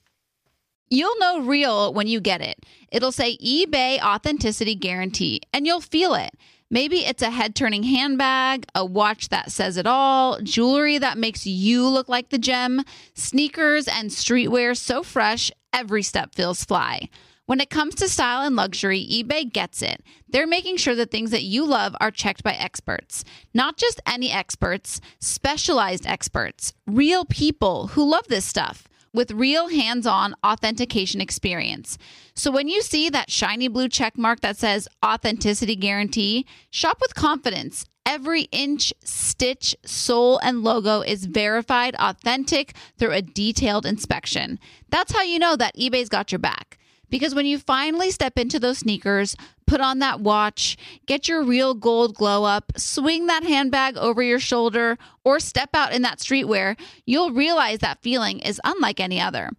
S2: You'll know real when you get it. It'll say eBay Authenticity Guarantee, and you'll feel it. Maybe it's a head turning handbag, a watch that says it all, jewelry that makes you look like the gem, sneakers and streetwear so fresh, every step feels fly. When it comes to style and luxury, eBay gets it. They're making sure the things that you love are checked by experts. Not just any experts, specialized experts, real people who love this stuff with real hands-on authentication experience. So when you see that shiny blue check mark that says authenticity guarantee, shop with confidence.
S9: every inch, stitch, sole, and logo is verified authentic through a detailed inspection. That's how you know that eBay's got your back. Because when you finally step into those sneakers, put on that watch, get your real gold glow up, swing that handbag over your shoulder, or step out in that streetwear, you'll realize that feeling is unlike any other.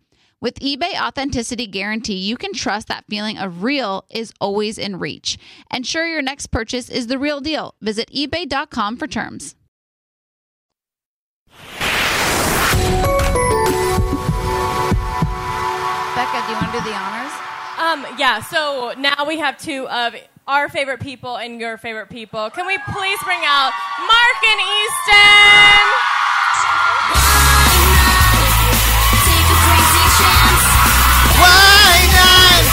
S9: With eBay Authenticity Guarantee, you can trust that feeling of real is always in reach. Ensure your next purchase is the real deal. Visit eBay.com for terms.
S2: Becca, do you want to do the honors?
S7: Um, yeah, so now we have two of our favorite people and your favorite people. Can we please bring out Mark and Easton?
S11: Why not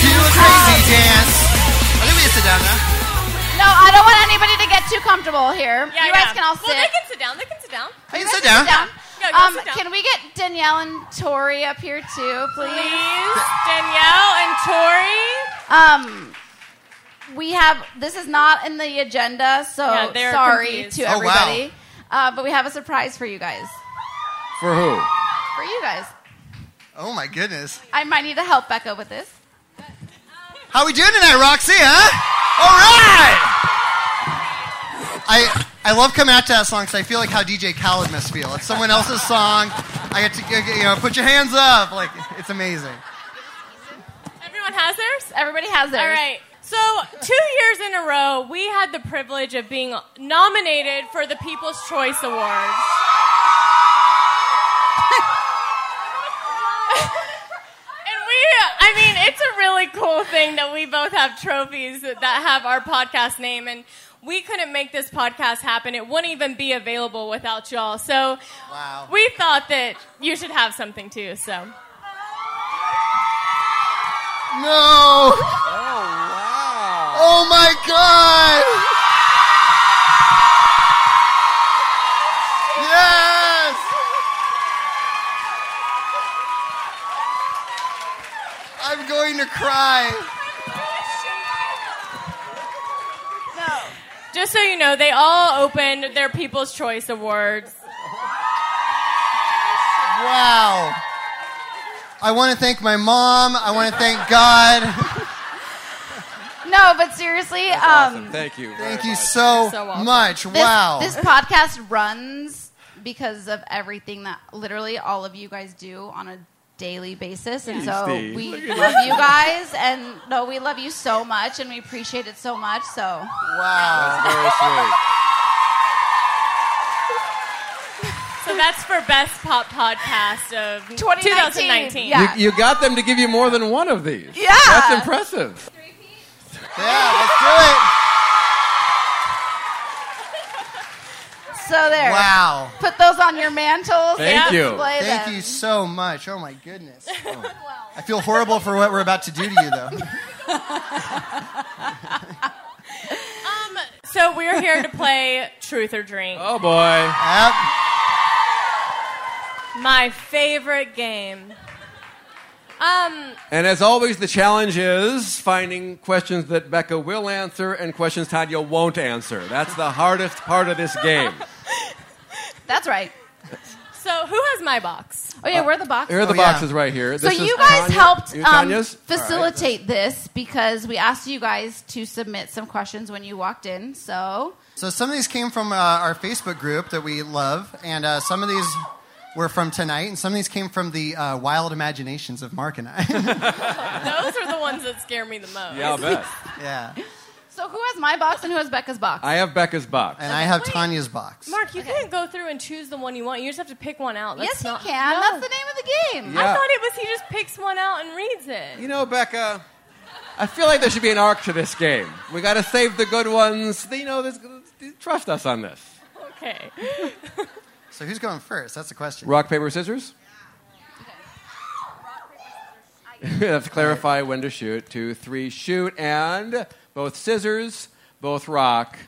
S11: do a crazy dance? Oh, let me sit down now.
S2: No, I don't want anybody to get too comfortable here.
S7: Yeah,
S2: you guys
S7: yeah.
S2: can all sit.
S7: Well, they can sit down. They can sit down.
S2: I
S11: can sit down.
S7: Yeah, go
S2: um,
S7: sit down.
S2: Can we get Danielle and Tori up here too, please?
S7: Please, Danielle and Tori.
S2: Um, we have this is not in the agenda, so
S7: Yeah, they're
S2: sorry
S7: confused.
S2: to
S7: Oh, wow.
S2: everybody. uh, but we have a surprise for you guys.
S11: For who?
S2: For you guys,
S11: Oh my goodness.
S2: I might need to help Becca with this.
S11: How we doing tonight, Roxy? Huh? All right. I I love coming out to that song because I feel like how DJ Khaled must feel. It's someone else's song. I get to you know put your hands up. Like it's amazing.
S7: Everyone has theirs?
S2: Everybody has theirs.
S7: All right. So, two years in a row, we had the privilege of being nominated for the People's Choice Awards. and we, I mean, it's a really cool thing that we both have trophies that have our podcast name. And we couldn't make this podcast happen. It wouldn't even be available without y'all. So,
S11: Wow.
S7: we thought that you should have something too. So,
S11: No. Oh wow. Oh my god. Yes. I'm going to cry.
S7: Just so you know, they all opened their People's Choice Awards.
S11: Wow. I want to thank my mom. I want to thank God.
S2: No, but seriously, um,
S11: Thank you. Thank you so, much.
S2: This,
S11: wow.
S2: This podcast runs because of everything that literally all of you guys do on a daily basis. And so
S11: Steve.
S2: we
S11: Look
S2: love
S11: at
S2: you
S11: that.
S2: guys. And no, we love you so much and we appreciate it so much. So,
S11: wow. That's very sweet.
S7: So that's for Best Pop Podcast of
S2: 2019.
S7: 2019.
S12: You, you got them to give you more than one of these.
S7: Yeah.
S12: That's impressive.
S11: Yeah, let's do it.
S2: So there.
S11: Wow.
S2: Put those on your mantles.
S11: Thank
S2: and
S11: you.
S2: display
S11: Thank
S2: them.
S11: you so much. Oh my goodness. I feel horrible for what we're about to do to you, though.
S7: Um, so we're here to play Truth or Drink.
S12: Oh boy.
S7: My favorite game. Um,
S12: And as always, the challenge is finding questions that Becca will answer and questions Tanya won't answer. That's the hardest part of this game.
S2: That's right.
S7: So who has my box?
S2: Oh, yeah, we're the box.
S12: Here are the
S2: Oh, yeah.
S12: boxes right here.
S2: So
S12: This is
S2: you guys
S12: Tanya-
S2: helped
S12: you-
S2: um,
S12: Tanya's? All right.
S2: facilitate this because we asked you guys to submit some questions when you walked in. So
S11: So some of these came from uh, our Facebook group that we love, and uh, some of these were from tonight, and some of these came from the uh, wild imaginations of Mark and I.
S7: Those are the ones that scare me the most.
S12: Yeah, I'll bet.
S11: yeah.
S2: So who has my box and who has Becca's box?
S12: I have Becca's box.
S11: And I have Tanya's box.
S7: Mark, you can't go through and choose the one you want. You just have to pick one out. That's
S2: yes,
S7: not-
S2: he can.
S7: No.
S2: That's the name of the game.
S7: I
S12: Yeah.
S7: thought it was he just picks one out and reads it.
S12: You know, Becca, I feel like there should be an arc to this game. We got to save the good ones. You know, this, trust us on this.
S7: Okay.
S11: So who's going first? That's the question.
S12: Rock, paper, scissors? We have to clarify when to shoot. Two, three, shoot, and both scissors, both rock.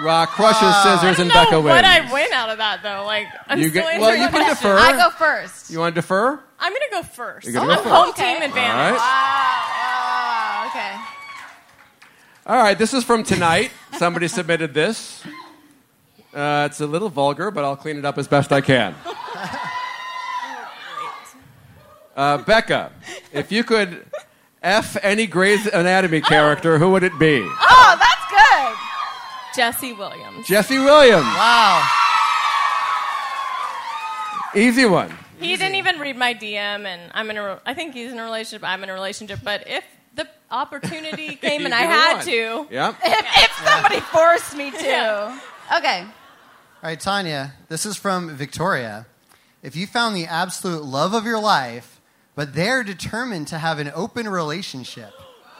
S12: Rock crushes scissors, and
S7: Ah. I don't
S12: Becca
S7: know
S12: wins.
S7: what I win out of that though. Like I'm
S12: You
S7: still
S12: get-
S7: answering
S12: well, you
S7: the
S12: can
S7: question.
S12: defer. I go
S2: first.
S12: you want to defer?
S7: I'm gonna go first.
S12: You're gonna
S7: I'm
S12: go first.
S7: home
S12: Okay.
S7: team
S12: All
S7: advantage.
S12: right.
S2: Wow. Okay.
S12: All right, this is from tonight. Somebody submitted this. Uh, it's a little vulgar, but I'll clean it up as best I can. Uh, Becca, if you could F any Grey's Anatomy character, who would it be?
S7: Oh, that's good. Jesse Williams.
S12: Jesse Williams.
S11: Wow.
S12: Easy one.
S7: He didn't even read my DM, and I'm in a. re- I think he's in a relationship. I'm in a relationship, but if the opportunity came and I had to,
S12: Yep.
S7: if, if somebody forced me to,
S2: Okay.
S11: All right, Tanya, this is from Victoria. If you found the absolute love of your life, but they're determined to have an open relationship,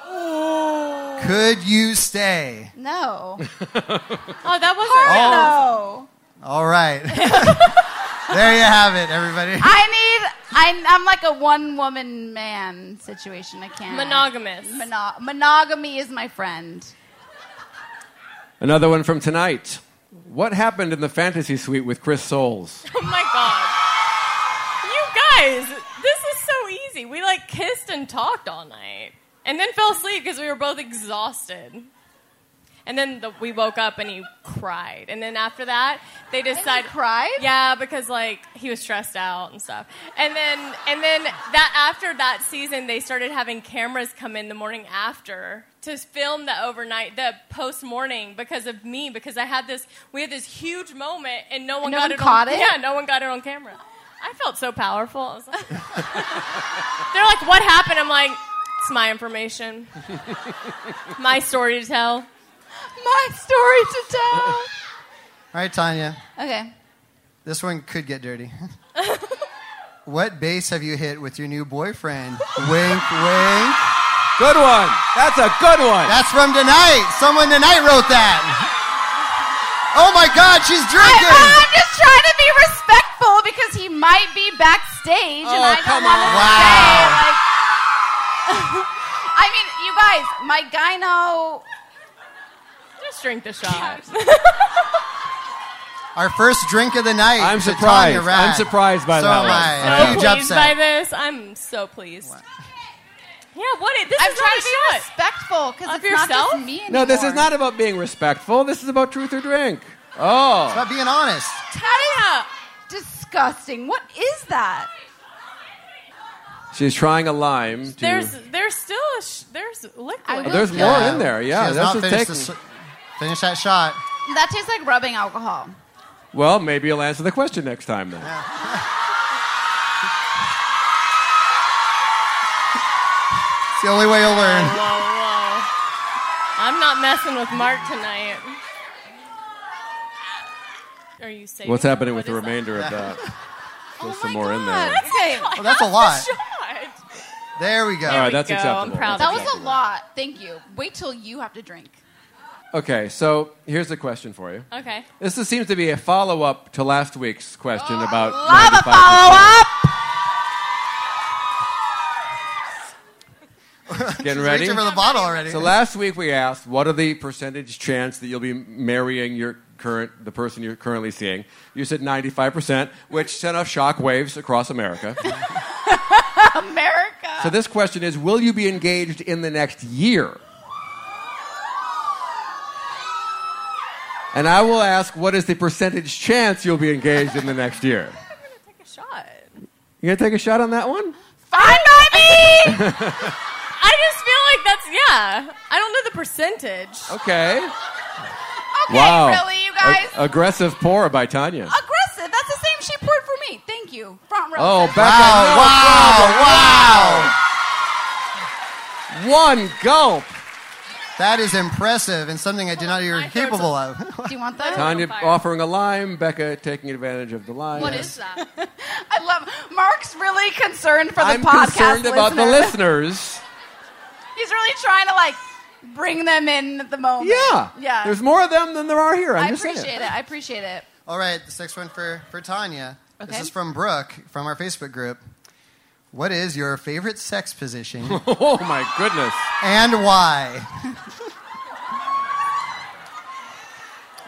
S11: could you stay?
S2: No.
S7: Oh, that wasn't
S11: Hard
S2: no.
S11: All right. there you have it, everybody.
S2: I need. I, I'm like a one woman man situation. I can't.
S7: Monogamous.
S2: Mono- monogamy is my friend.
S12: Another one from tonight. What happened in the fantasy suite with Chris Souls?
S7: Oh my god. You guys, this is so easy. We like kissed and talked all night. And then fell asleep because we were both exhausted. And then the, we woke up and he cried. And then after that, they decided
S2: cried.
S7: Yeah, because like he was stressed out and stuff. And then and then that after that season, they started having cameras come in the morning after to film the overnight, the post morning because of me because I had this. We had this huge moment and no one
S2: no
S7: got
S2: one
S7: it.
S2: caught
S7: on,
S2: it?
S7: Yeah, no one got it on camera. I felt so powerful. I was like, They're like, what happened? I'm like, it's my information, my story to tell.
S2: My story to tell.
S11: All right, Tanya,
S2: Okay.
S11: this one could get dirty. what base have you hit with your new boyfriend? wink, wink.
S12: Good one. That's a good one.
S11: That's from tonight. Someone tonight wrote that. Oh my God, she's
S2: I,
S11: drinking.
S2: I'm just trying to be respectful because he might be backstage,
S11: Oh,
S2: and I don't want to say like. I mean, you guys, my gyno.
S7: Just drink the shot.
S11: Our first drink of the night.
S12: I'm
S11: to
S12: surprised.
S11: Tanya Rad.
S12: I'm surprised by
S11: so
S12: that
S11: Am
S12: one.
S11: I.
S7: so
S12: Yeah.
S11: Huge
S7: pleased
S11: upset.
S7: by this. I'm so pleased. Yeah, what? This
S2: I'm
S7: is
S2: trying
S7: not
S2: to
S7: a
S2: be
S7: shot.
S2: respectful because
S7: Of
S2: it's not
S7: yourself?
S2: just me anymore.
S12: No, this is not about being respectful. This is about truth or drink. Oh.
S11: It's about being honest.
S2: That is disgusting. What is that?
S12: She's trying a lime. To, Oh,
S7: There's there's still a sh- there's liquid.
S2: I will-
S12: there's more in there. Yeah,
S11: She has
S12: that's
S11: not
S12: what's
S11: finished
S12: taken.
S11: the s- Finish that shot.
S2: That tastes like rubbing alcohol.
S12: well, maybe you'll answer the question next time then.
S11: It's the only way you'll
S7: Whoa,
S11: learn.
S7: whoa, whoa. I'm not messing with Mark tonight. Are you saving?
S12: What's
S7: that?
S12: happening with
S7: What
S12: the
S7: is that?
S12: remainder of that? Oh There's some more in there.
S7: That's okay.
S11: Well, Oh, that's a lot.
S7: shot.
S11: There we go.
S12: All right, that's
S7: go. I'm
S12: acceptable.
S7: proud
S12: That's
S2: That was a
S12: acceptable.
S2: lot. Thank you. Wait till you have to drink.
S12: Okay, so here's the question for you.
S7: Okay.
S12: This is- seems to be a follow up to last week's question about.
S2: Love a
S12: 95%.
S2: follow up.
S12: Getting
S11: She's
S12: ready?
S11: reaching for the bottle already.
S12: So last week we asked, what are the percentage chance that you'll be marrying your current, the person you're currently seeing? You said 95%, which sent off shock waves across America.
S2: America.
S12: so this question is, will you be engaged in the next year? And I will ask, what is the percentage chance you'll be engaged in the next year?
S7: Take a shot.
S12: You gonna take a shot on that one?
S7: Fine by me. I just feel like that's yeah. I don't know the percentage.
S12: Okay.
S2: Okay,
S12: wow.
S2: really, you guys?
S12: A- aggressive pour by Tanya.
S2: Aggressive. That's the same she poured for me. Thank you. Front row.
S12: Oh, Becca!
S11: Wow, wow,
S12: wow! One gulp.
S11: That is impressive and something I did not know you were capable of.
S2: Do you want that?
S12: Tanya offering a lime, Becca taking advantage of the lime.
S2: What is that? I love. Mark's really concerned for the
S12: I'm
S2: podcast.
S12: concerned about the
S2: listeners.
S12: listeners.
S2: He's really trying to like bring them in at the moment.
S12: Yeah.
S2: Yeah.
S12: There's more of them than there are here. I'm
S2: I
S12: just saying.
S2: appreciate it. I appreciate it.
S11: All right, the next one for, for Tanya.
S2: Okay.
S11: This is from Brooke from our Facebook group. What is your favorite sex position
S12: Oh my goodness.
S11: and why?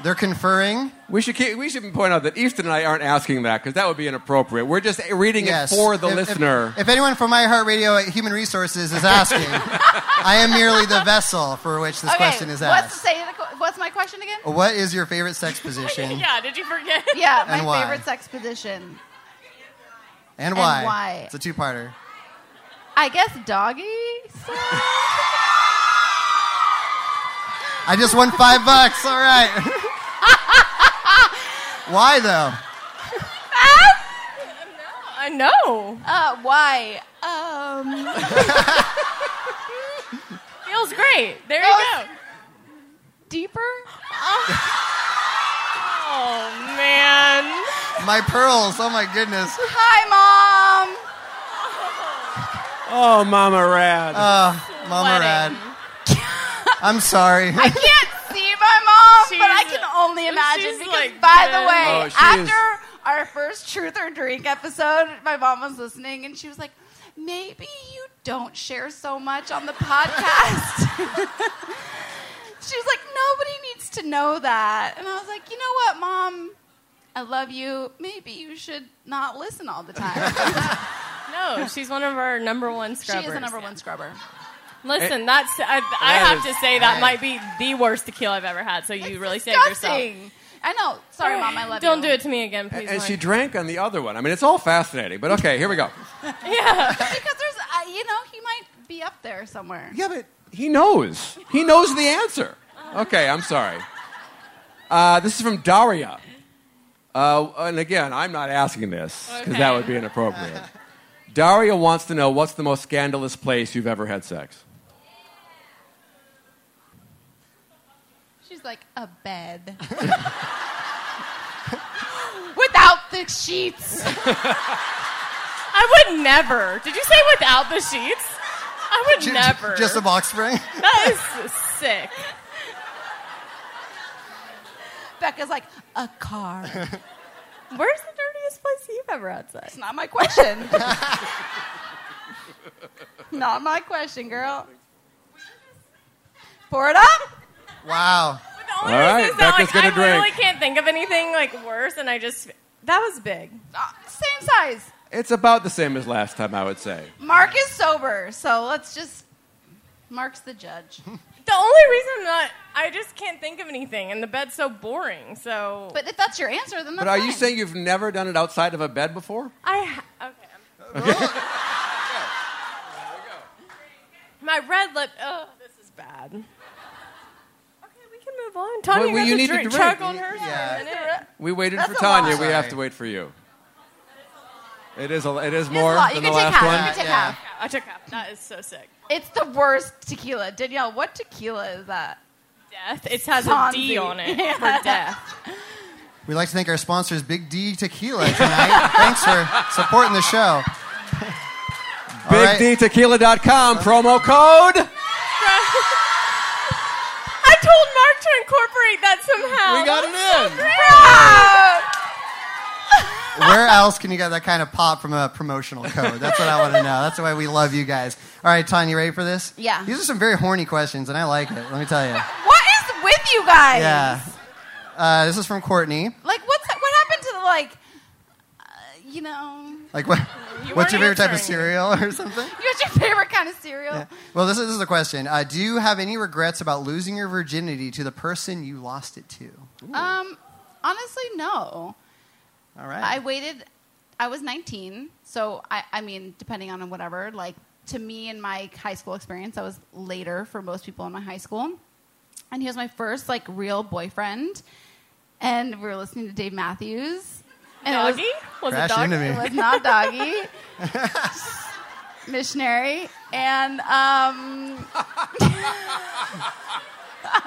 S11: They're conferring.
S12: We should keep, we should point out that Easton and I aren't asking that because that would be inappropriate. We're just reading
S11: Yes.
S12: it for the
S11: If- if-
S12: listener.
S11: If, anyone from iHeartRadio at Human Resources is asking, I am merely the vessel for which this
S2: okay,
S11: question is
S2: what's,
S11: asked.
S2: the say the, qu- what's my question again?
S11: What is your favorite sex position?
S2: Yeah, did you forget? Yeah, my
S11: And why?
S2: favorite sex position.
S11: And
S2: And
S11: why?
S2: why?
S11: It's a two parter.
S2: I guess doggy. style?
S11: I just won five bucks. All right. why though?
S2: I know. Uh, why? Um.
S7: Feels great. There you go.
S2: Deeper?
S7: Oh man.
S11: My pearls. Oh my goodness.
S2: Hi, mom.
S12: Oh, Mama Rad.
S11: Oh, Mama Rad. I'm sorry.
S2: I can't see my mom, but I
S7: She's-
S2: can only imagine.
S7: she's
S2: Because,
S7: like
S2: by the
S7: dead.
S2: way,
S11: Oh, she is-
S2: after our first Truth or Drink episode, my mom was listening and she was like, maybe you don't share so much on the podcast. she was like, nobody needs to know that. And I was like, you know what, mom? I love you. Maybe you should not listen all the time.
S7: No, she's one of our number one
S2: she
S7: scrubbers.
S2: is the number one scrubber.
S7: Listen, that's I, I
S2: That
S7: have
S2: is-
S7: to say that might be the worst tequila I've ever had. So you really saved yourself.
S2: Disgusting. I know. Sorry, mom. I love
S7: Don't
S2: you.
S7: do it to me again, please.
S12: and
S7: Mike.
S12: she drank on the other one. I mean, it's all fascinating, but okay, here we go.
S7: yeah.
S2: because there's, uh, you know, he might be up there somewhere.
S12: Yeah, but He knows. He knows the answer. Okay, I'm sorry. Uh, this is from Daria. Uh, and again, I'm not asking this because that would be inappropriate. Daria wants to know what's the most scandalous place you've ever had sex?
S2: she's like a bed without the sheets.
S7: I would never. Did you say without the sheets? I would
S11: Ju- ju-
S7: never.
S11: Just a box spring.
S7: That is sick.
S2: Becca's like a car.
S7: Where's the dirtiest place you've ever had sex?
S2: It's not my question. not my question, girl. Pour it up.
S11: Wow.
S7: All
S12: right, Becca's
S7: like,
S12: gonna
S7: I
S12: drink.
S7: really can't think of anything like worse, and I just that was big.
S2: Uh, Same size.
S12: It's about the same as last time, I would say.
S2: Mark is sober, so let's just. Mark's the judge.
S7: The only reason I'm not, I just can't think of anything, and the bed's so boring. So,
S2: But if that's your answer, then that's
S12: But are you
S2: fine.
S12: saying you've never done it outside of a bed before?
S7: I ha- okay. I'm- My red lip. Oh, this is bad. Okay, we can move on. Tanya
S12: Well, well,
S7: got
S12: you
S7: to
S12: need to
S7: drink.
S12: drink.
S7: Chug on hers.
S11: Yeah.
S7: and it-
S12: We waited
S7: That's
S12: for
S7: a lot.
S12: Tanya. We
S7: Sorry.
S12: have to wait for you. It is a. It is more
S2: a lot. You
S12: than
S2: can
S12: the
S2: take
S12: last
S2: half. You
S12: one.
S2: can take half.
S7: I took half. That is so sick.
S2: It's the worst tequila. Danielle, what tequila is that?
S7: Death. It has a D
S2: Fonzie.
S7: on it
S2: Yeah.
S7: for death.
S11: We'd like to thank our sponsors, Big D Tequila, tonight. Thanks for supporting the show.
S12: BigDtequila.com promo code.
S7: I told Mark to incorporate that somehow.
S12: We got it
S7: That's
S12: in.
S7: So great.
S11: Where else can you get that kind of pop from a promotional code? That's what I want to know. That's why we love you guys. All right, Tanya, you ready for this?
S2: Yeah.
S11: These are some very horny questions, and I like it. Let me tell you.
S2: What is with you guys?
S11: Yeah. Uh, this is from Courtney.
S2: Like, what's what happened to the like, uh, you know,
S11: Like, what, what's your
S2: weren't
S11: favorite type of
S2: answering
S11: cereal or something?
S2: what's your favorite kind of cereal?
S11: Well, this is, this is a question. Uh, do you have any regrets about losing your virginity to the person you lost it to?
S2: Um, honestly, no.
S11: All right.
S2: I waited. I was 19, so I, I mean, depending on whatever. Like to me, in my high school experience, I was later for most people in my high school, and he was my first like real boyfriend. And we were listening to Dave Matthews. And it
S7: Doggy? Was it
S11: Crash doggy? into me.
S2: It was not doggy. Missionary. And um, Uh,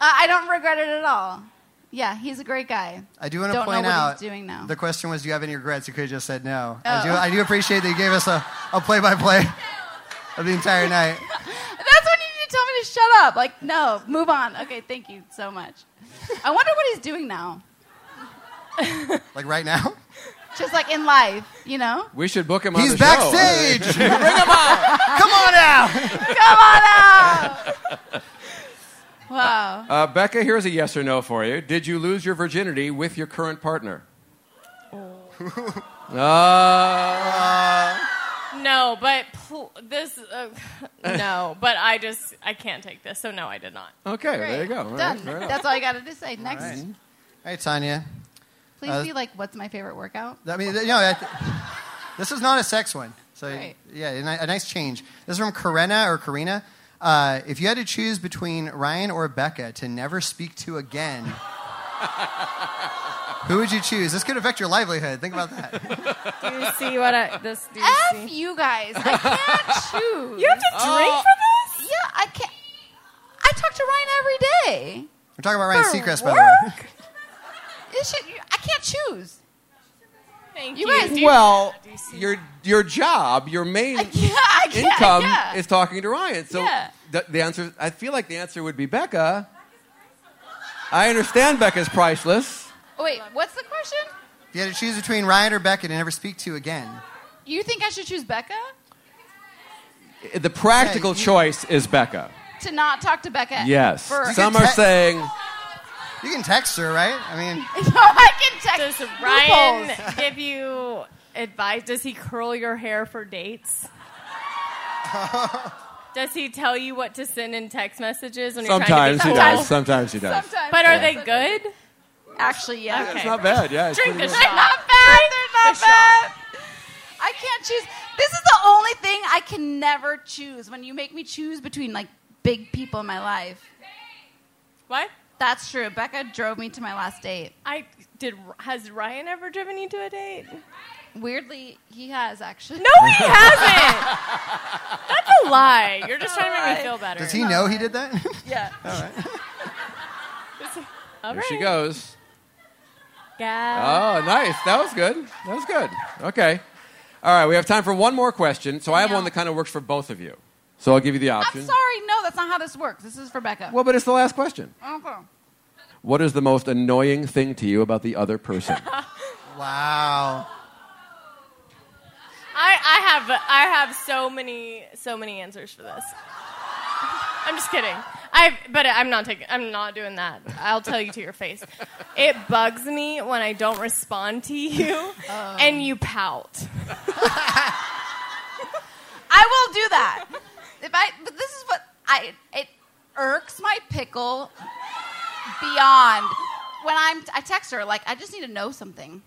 S2: I don't regret it at all. Yeah, he's a great guy.
S11: I do want to
S2: Don't know
S11: point
S2: what he's
S11: out
S2: doing now.
S11: the question was, do you have any regrets? You could have just said no. I, do,
S2: Oh.
S11: I do appreciate that you gave us a, a play-by-play of the entire night.
S2: That's when you need to tell me to shut up. Like, no, move on. Okay, thank you so much. I wonder what he's doing now.
S11: Like right now?
S2: Just like in life, you know?
S12: We should book him on
S11: He's
S12: the
S11: backstage!
S12: show. Bring him on.
S11: Come on out!
S2: Come on out! Wow.
S12: Uh, Becca, here's a yes or no for you. Did you lose your virginity with your current partner? Uh,
S7: No, but pl- this, uh, no, but I just, I can't take this, so no, I did not.
S12: okay, there you go. All right,
S2: Done.
S12: fair enough.
S2: That's all I got to say. Next.
S11: Hey, Tanya.
S2: Please
S11: Uh,
S2: be like, what's my favorite workout?
S11: I mean, you know, I, this is not a sex one. So,
S2: Right.
S11: yeah, a, ni- a nice change. This is from Karina or Karina. Uh, if you had to choose between Ryan or Becca to never speak to again, who would you choose? This could affect your livelihood. Think about that.
S7: Do you see what I, this, do you
S2: F you guys. I can't choose.
S7: You have to drink
S2: Oh.
S7: for
S2: this? Yeah, I can't. I talk to Ryan every day.
S11: We're talking about Ryan
S2: For
S11: Seacrest, by the way.
S2: This shit, you- I can't choose.
S7: Thank
S2: you. guys do-
S12: well, your your job, your main
S2: I can't,
S12: income
S2: yeah.
S12: is talking to Ryan. So
S2: Yeah.
S12: the, the answer, I feel like the answer would be Becca. I understand Becca's priceless.
S2: Oh, Wait, what's the question?
S11: If you had to choose between Ryan or Becca to never speak to again,
S2: You think I should choose Becca?
S12: The practical
S11: Yeah, you-
S12: choice is Becca.
S2: To not talk to Becca?
S12: Yes.
S2: For-
S12: Some are saying,
S11: you can text her, right? I mean,
S2: No, I can text.
S7: Does Ryan give you advice? Does he curl your hair for dates? does he tell you what to send in text messages when
S12: sometimes he
S7: you're trying to
S12: does.
S7: get that
S12: Sometimes he does.
S7: goal? But are
S12: Yeah.
S7: they good?
S2: Actually, yeah.
S12: It's not bad. Yeah. it's
S7: Drink
S12: pretty
S7: the
S12: good.
S7: shot.
S2: They're not bad. They're not bad. I can't choose. This is the only thing I can never choose. When you make me choose between like big people in my life.
S7: What?
S2: That's true. Becca drove me to my last date.
S7: I did. Has Ryan ever driven you to a date?
S2: Weirdly, he has actually.
S7: No, he hasn't. That's a lie. You're just trying to make me feel better.
S11: does he know he did that?
S2: Yeah.
S11: All right.
S7: All
S12: There
S7: right.
S12: she goes.
S7: Yeah.
S12: Oh, nice. That was good. That was good. Okay. All right. We have time for one more question. So I have
S2: No.
S12: one that kind of works for both of you. So I'll give you the
S2: I'm
S12: option.
S2: sorry. No, that's not how this works. This is for Becca.
S12: Well, but it's the last question.
S2: Okay.
S12: What is the most annoying thing to you about the other person?
S11: Wow.
S7: I, I have I have so many so many answers for this. I'm just kidding. I but I'm not taking I'm not doing that. I'll tell you to your face. It bugs me when I don't respond to you and you pout.
S2: I will do that. If I, but this is what I. It irks my pickle beyond when I'm. I text her like I just need to know something,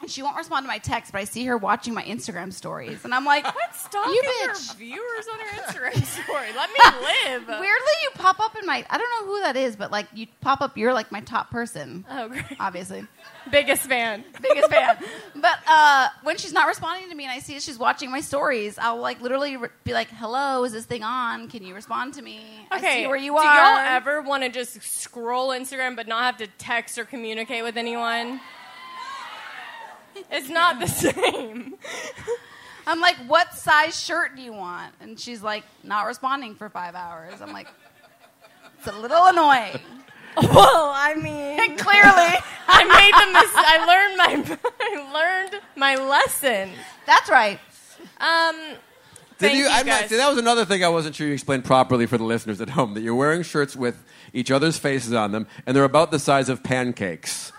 S2: and she won't respond to my text. But I see her watching my Instagram stories, and I'm like,
S7: Quit stalking
S2: You
S7: your
S2: bitch.
S7: viewers on your Instagram story. Let me live.
S2: Weirdly, you pop up in my. I don't know who that is, but like you pop up. You're like my top person.
S7: Oh, great.
S2: Obviously.
S7: Biggest fan.
S2: biggest fan. But uh, when she's not responding to me and I see that she's watching my stories, I'll like literally re- be like, "Hello, is this thing on? Can you respond to me? I see where you are."
S7: Do y'all ever want to just scroll Instagram but not have to text or communicate with anyone? It's not the same.
S2: I'm like, "What size shirt do you want?" And she's like, "Not responding for five hours." I'm like, "It's a little annoying." Oh,
S7: Well, I mean,
S2: Clearly,
S7: I made the mis- I learned my I learned my lesson.
S2: that's right.
S7: Um,
S12: Did
S7: Thank you,
S12: I'm not-
S7: guys.
S12: see, that was another thing I wasn't sure you explained properly for the listeners at home. That you're wearing shirts with each other's faces on them, and they're about the size of pancakes.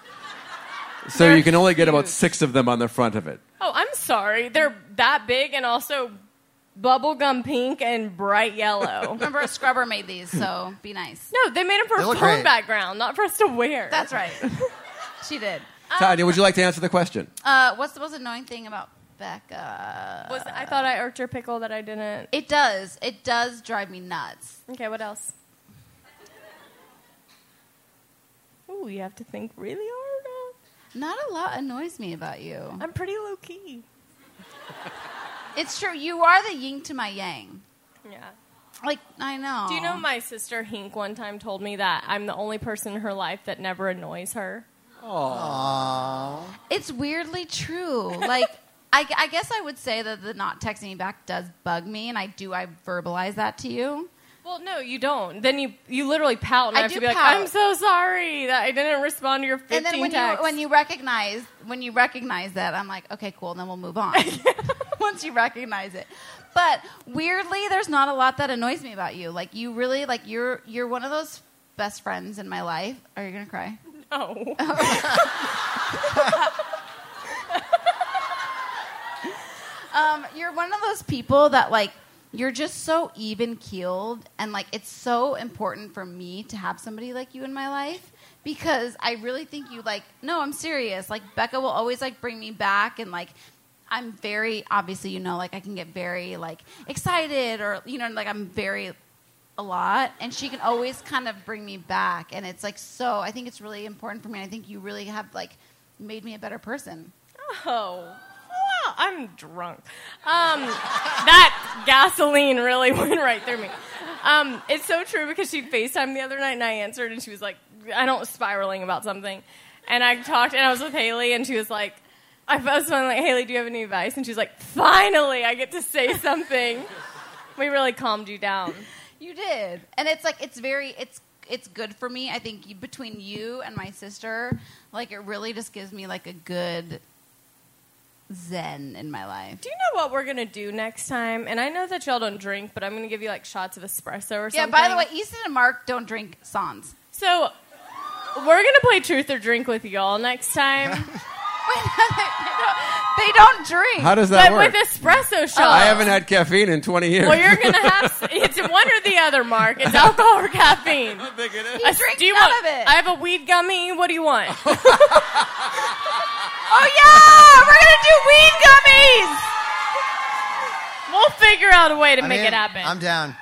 S12: So
S7: They're
S12: you can only get about
S7: huge.
S12: six of them on the front of it.
S7: oh, I'm sorry. They're that big and also bubblegum pink and bright yellow.
S2: Remember, a scrubber made these, so be nice.
S7: No, they made them for
S12: They
S7: a
S12: look
S7: phone
S12: great.
S7: background, not for us to wear.
S2: That's right. She did.
S7: Um,
S12: Tanya, would you like to answer the question?
S2: Uh, what's the most annoying thing about Becca?
S7: Was I thought I irked your pickle that I didn't.
S2: It does. It does drive me nuts.
S7: Okay, what else? Ooh, you have to think really hard.
S2: Not a lot annoys me about you.
S7: I'm pretty low key.
S2: It's true. You are the yin to my yang.
S7: Yeah.
S2: Like I know.
S7: Do you know my sister Hink one time told me that I'm the only person in her life that never annoys her?
S11: Aww.
S2: It's weirdly true. Like I, I guess I would say that the not texting me back does bug me, and I do. I verbalize that to you.
S7: Well, no, you don't. Then you you literally pout and
S2: I
S7: I, have to
S2: do
S7: be like,
S2: pout.
S7: I'm so sorry that I didn't respond to your 15
S2: And then when
S7: texts.
S2: you when you recognize when you recognize that, I'm like, okay, cool. Then we'll move on. Once you recognize it. But weirdly, there's not a lot that annoys me about you. Like you really like you're you're one of those best friends in my life. Are you gonna cry?
S7: No.
S2: um, you're one of those people that like you're just so even keeled, and like it's so important for me to have somebody like you in my life because I really think you like. No, I'm serious. Like Becca will always like bring me back and like. I'm very obviously, you know, like I can get very like excited or you know, like I'm very a lot and she can always kind of bring me back and it's like so i think it's really important for me i think you really have like made me a better person
S7: oh well, i'm drunk um, that gasoline really went right through me um, it's so true because she facetime the other night and i answered and she was like i don't spiraling about something and i talked and i was with haley and she was like i was like haley do you have any advice and she's like finally i get to say something we really calmed you down
S2: you did and it's like it's very it's it's good for me i think you- between you and my sister like it really just gives me like a good zen in my life
S7: Do you know what we're gonna do next time? And I know that y'all don't drink, but I'm gonna give you like shots of espresso or something.
S2: yeah by the way easton and mark don't drink sans
S7: so we're gonna play truth or drink with y'all next time.
S2: they don't drink.
S12: How does that
S7: but
S12: work?
S7: With espresso shots.
S12: I haven't had caffeine in 20 years.
S7: Well, you're gonna have. It's one or the other, Mark. It's alcohol or caffeine. I don't think it
S2: is. He drinks none of it.
S7: I have a weed gummy. What do you want?
S2: oh yeah we're gonna do weed gummies
S7: we'll figure out a way to make
S11: in.
S7: it happen.
S11: I'm down.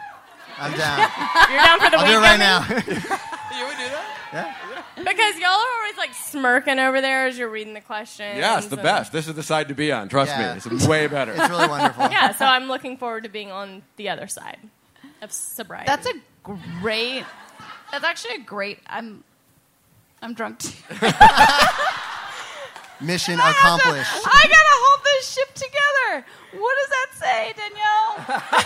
S11: I'm down.
S7: You're down for the
S11: I'll
S7: weed
S11: do it right
S7: gummy?
S11: now.
S12: you would do that?
S11: Yeah.
S7: Because y'all are always like smirking over there as you're reading the question.
S12: Yes, the best. This is the side to be on. Trust
S11: Yeah.
S12: me. It's way better.
S11: It's really wonderful.
S7: yeah, so I'm looking forward to being on the other side of sobriety.
S2: that's a great that's actually a great i'm i'm drunk too.
S11: Mission
S2: I gotta-
S11: accomplished.
S2: I gotta hold this ship together. What does that say, Danielle?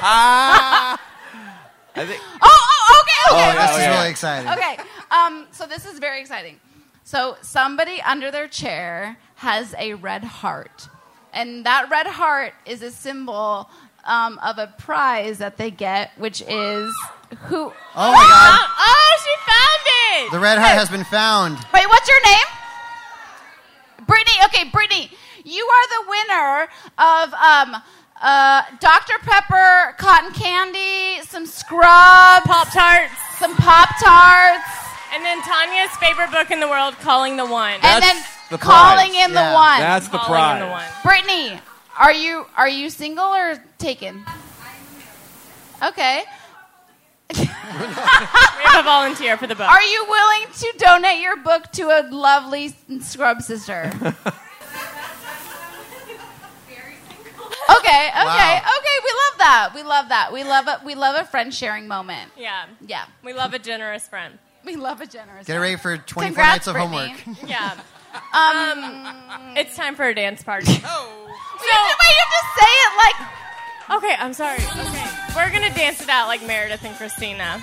S12: Ah. I think.
S2: oh, oh, okay, okay.
S12: Oh, yeah,
S11: This is
S12: yeah.
S11: really exciting.
S2: Okay. Um, so this is very exciting. So somebody under their chair has a red heart, and that red heart is a symbol um, of a prize that they get, which is who?
S11: Oh my God.
S7: Oh, she found it.
S11: The red heart has been found.
S2: Wait, what's your name? Brittany. Okay, Brittany. You are the winner of um, uh, Dr. Pepper, cotton candy, some scrubs,
S7: Pop Tarts,
S2: some Pop Tarts,
S7: and then Tanya's favorite book in the world, Calling the One.
S2: and
S12: That's
S2: then
S12: the prize.
S2: calling in
S11: Yeah.
S2: the one.
S12: That's the
S7: Calling in the
S12: prize.
S7: one.
S2: Brittany, are you are you single or taken? Okay.
S7: We have a volunteer for the book.
S2: Are you willing to donate your book to a lovely scrub sister? Okay, okay,
S11: Wow.
S2: okay. We love that. We love that. We love a we love a friend sharing moment.
S7: yeah.
S2: Yeah,
S7: We love a generous friend.
S2: we love a generous.
S11: Get ready for 24
S2: Congrats,
S11: nights of
S2: Brittany.
S11: homework.
S7: Yeah.
S2: Um,
S7: It's time for a dance party.
S11: Oh.
S2: wait, wait, you have to say it like
S7: Okay, I'm sorry. Okay. We're going to dance it out like Meredith and Christina.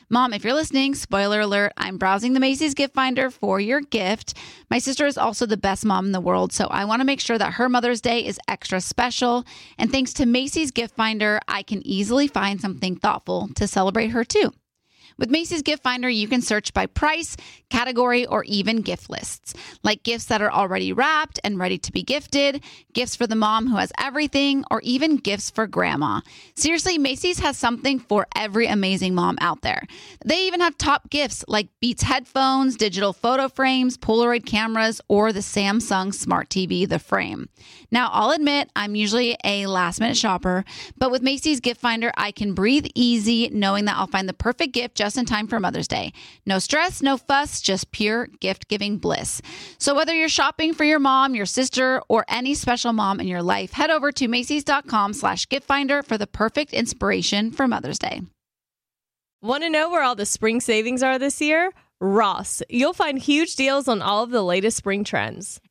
S9: Mom, if you're listening, spoiler alert, I'm browsing the Macy's gift finder for your gift. My sister is also the best mom in the world, so I want to make sure that her Mother's Day is extra special. And thanks to Macy's gift finder, I can easily find something thoughtful to celebrate her too.
S2: With Macy's Gift Finder, you can search by price, category, or even gift lists, like gifts that are already wrapped and ready to be gifted, gifts for the mom who has everything, or even gifts for grandma. Seriously, Macy's has something for every amazing mom out there. They even have top gifts like Beats headphones, digital photo frames, Polaroid cameras, or the Samsung Smart TV, the frame. Now, I'll admit, I'm usually a last minute shopper, but with Macy's Gift Finder, I can breathe easy knowing that I'll find the perfect gift just in time for Mother's Day. No stress, no fuss, just pure gift giving bliss. So, whether you're shopping for your mom, your sister, or any special mom in your life, head over to Macy's.com slash gift finder for the perfect inspiration for Mother's Day.
S7: Want to know where all the spring savings are this year? Ross. You'll find huge deals on all of the latest spring trends.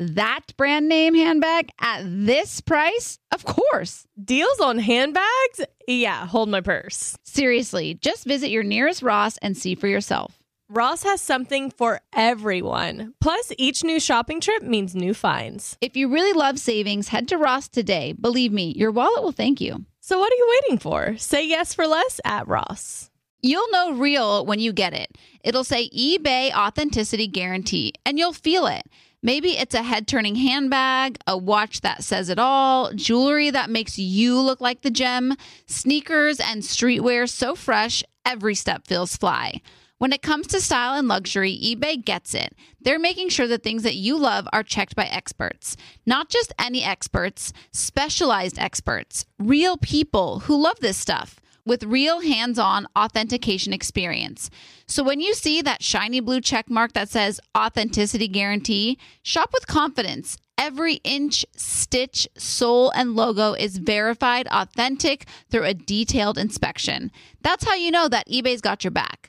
S2: That brand name handbag at this price? Of course.
S7: Deals on handbags? Yeah, hold my purse.
S2: Seriously, just visit your nearest Ross and see for yourself.
S7: Ross has something for everyone. Plus, each new shopping trip means new finds.
S2: If you really love savings, head to Ross today. Believe me, your wallet will thank you.
S7: So, what are you waiting for? Say yes for less at Ross.
S2: You'll know real when you get it. It'll say eBay Authenticity Guarantee, and you'll feel it. Maybe it's a head turning handbag, a watch that says it all, jewelry that makes you look like the gem, sneakers and streetwear so fresh, every step feels fly. When it comes to style and luxury, eBay gets it. They're making sure the things that you love are checked by experts. Not just any experts, specialized experts, real people who love this stuff with real hands-on authentication experience. So when you see that shiny blue check mark that says authenticity guarantee, shop with confidence. Every inch, stitch, sole, and logo is verified authentic through a detailed inspection. That's how you know that eBay's got your back.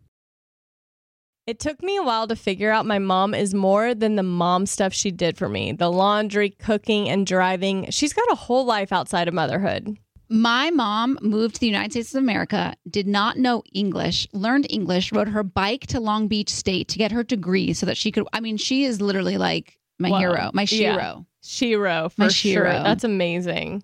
S7: It took me a while to figure out my mom is more than the mom stuff she did for me the laundry, cooking, and driving. She's got a whole life outside of motherhood.
S2: My mom moved to the United States of America, did not know English, learned English, rode her bike to Long Beach State to get her degree so that she could. I mean, she is literally like my
S7: Wow.
S2: hero, my
S7: Yeah.
S2: shiro.
S7: Shiro, for
S2: My
S7: sure.
S2: shiro.
S7: That's amazing.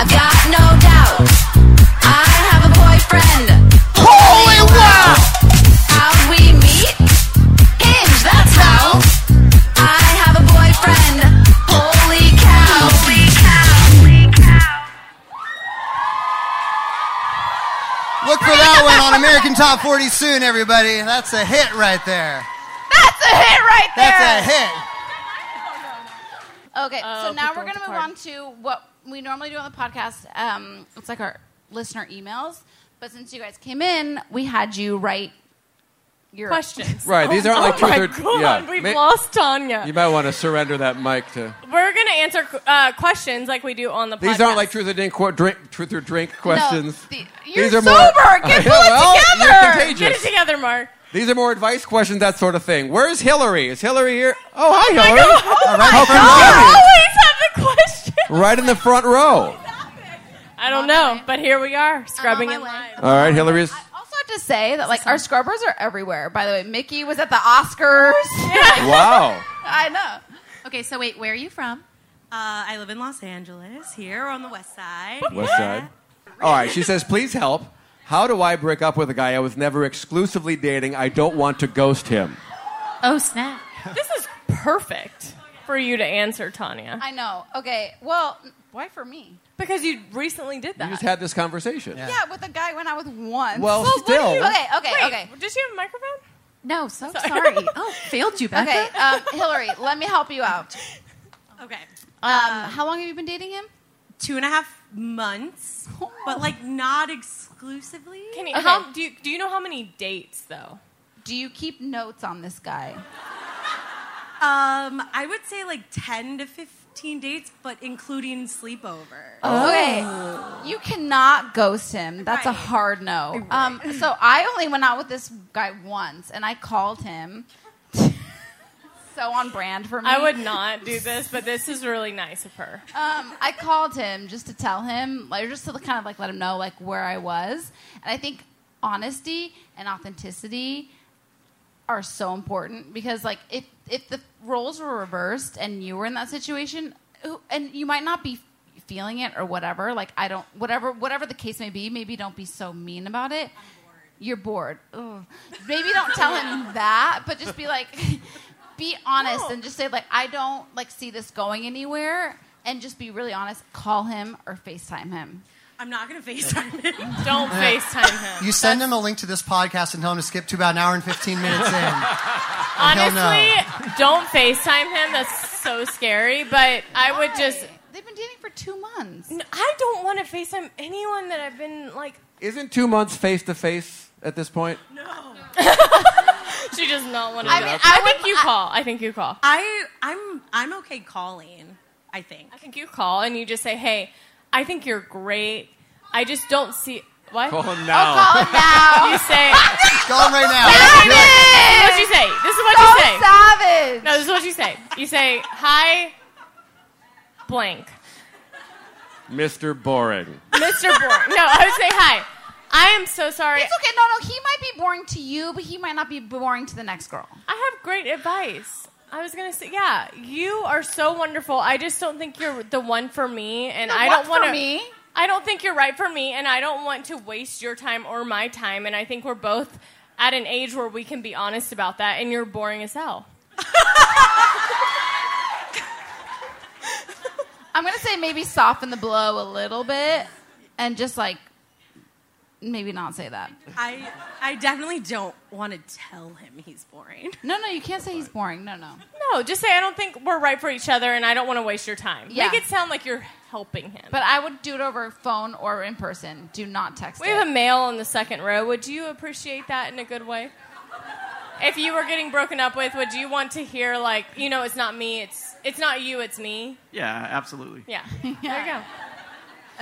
S15: I got no doubt. I have a boyfriend. Holy wow! How we meet? Hinge, that's how. I have a boyfriend. Holy cow. Holy
S11: Look for that one on American Top 40 soon, everybody. That's a hit right there.
S6: That's a hit right there.
S11: That's a hit.
S6: Okay,
S16: Oh,
S6: so now
S16: people
S6: we're going to
S16: with
S6: move on to what we normally do on the podcast. Um, it's like our listener emails. But since you guys came in, we had you write
S2: Europe.
S7: Questions.
S12: Right, these aren't like
S7: oh my
S12: two-third-
S7: God,
S12: yeah.
S7: We've
S12: Ma-
S7: lost Tanya.
S12: You might want to surrender that mic to.
S7: We're going to answer uh, questions like we do on the
S12: These
S7: podcast.
S12: aren't like truth or drink, qu- drink truth or drink questions.
S7: the-
S12: These
S7: you're
S12: are more-
S7: sober. Get- pull it
S12: Well, you're
S7: together.
S12: contagious.
S7: Get it together, Mark.
S12: These are more advice questions, that sort of thing. Where's Hillary? Is Hillary here? Oh, hi,
S7: my
S12: Hillary.
S7: God. Oh,
S12: All
S7: my
S12: right, how come
S7: God.
S12: Hillary?
S7: Always have the question.
S12: Right in the front row.
S7: I don't know, but here we are, scrubbing in line.
S12: All right, Hillary's.
S2: also have to say that like our scrubbers are everywhere. By the way, Mickey was at the Oscars.
S12: Wow.
S2: I know.
S17: Okay, so wait, where are you from? Uh, I live in Los Angeles, here on the west side.
S12: West Side. All right, she says, please help. How do I break up with a guy I was never exclusively dating? I don't want to ghost him.
S7: Oh, snap. This is perfect for you to answer, Tanya.
S2: I know. Okay. Well, why for me?
S7: Because you recently did that.
S12: You just had this conversation.
S2: Yeah, with a guy when I was once.
S12: Well, Well, what did still. you-
S2: Okay. Okay.
S7: Wait,
S2: okay.
S7: Does she have a microphone?
S2: No. So sorry.
S17: Oh, failed you, Becca.
S2: okay. Um, Hillary, let me help you out.
S17: Okay.
S2: Um, how long have you been dating him?
S17: Two and a half months, but like not exclusively.
S7: Can you, how, do, you, do you know how many dates, though?
S2: Do you keep notes on this guy?
S17: Um, I would say like ten to fifteen dates, but including sleepover. Oh.
S2: Okay. You cannot ghost him. That's a hard no. Um, so I only went out with this guy once, and I called him. so on brand for me.
S7: I would not do this, but this is really nice of her.
S2: Um, I called him just to tell him, like, just to kind of like let him know like where I was, and I think honesty and authenticity are so important because like if if the roles were reversed and you were in that situation, who- and you might not be feeling it or whatever, like I don't whatever whatever the case may be, maybe don't be so mean about it. You're bored. Ugh. Maybe don't tell him that, but just be like, be honest and just say like I don't like see this going anywhere, and just be really honest. Call him or Facetime him.
S17: I'm not gonna FaceTime him.
S7: Don't FaceTime
S11: You send him a link to this podcast and tell him to skip to about an hour and 15 minutes in.
S17: Oh,
S11: And he'll know.
S7: Honestly, don't FaceTime him. That's so scary, but I would just.
S2: They've been dating for two months.
S7: I don't want to FaceTime anyone that I've been like.
S12: Isn't two months face to face at this point?
S7: She does not want to.
S17: I
S7: I,
S17: mean,
S7: mean,
S17: I
S7: I think you call. I think you call.
S17: I I'm I'm okay calling. I think.
S7: I think you call and you just say, "Hey, I think you're great. I just don't see what."
S12: Call him now.
S7: Oh, call him now. you say.
S11: Call him right now.
S7: This
S11: Do it.
S7: is what you say. This is what
S2: So
S7: you say.
S2: savage.
S7: No, this is what you say. You say, "Hi, blank,
S12: Mr. Boring.
S7: Mr. Boring." No, I would say, "Hi, I am so sorry.
S2: It's okay. No, no, he might be boring to you, but he might not be boring to the next girl.
S7: I have great advice." I was gonna say, yeah, you are so wonderful. I just don't think you're the one for me, and
S2: The
S7: I
S2: one
S7: don't want
S2: for me?
S7: I don't think you're right for me, and I don't want to waste your time or my time. And I think we're both at an age where we can be honest about that. And you're boring as hell.
S2: I'm gonna say maybe soften the blow a little bit, and just like maybe not say that.
S17: I I definitely don't want to tell him he's boring.
S2: No, no, you can't say he's boring. No, no.
S7: No, just say I don't think we're right for each other, and I don't want to waste your time.
S2: Yeah.
S7: Make it sound like you're helping him.
S2: But I would do it over phone or in person. Do not text.
S7: we
S2: it.
S7: have a male in the second row. Would you appreciate that in a good way? If you were getting broken up with, would you want to hear like, you know, it's not me, it's it's not you, it's me?
S18: Yeah, absolutely.
S7: Yeah. There you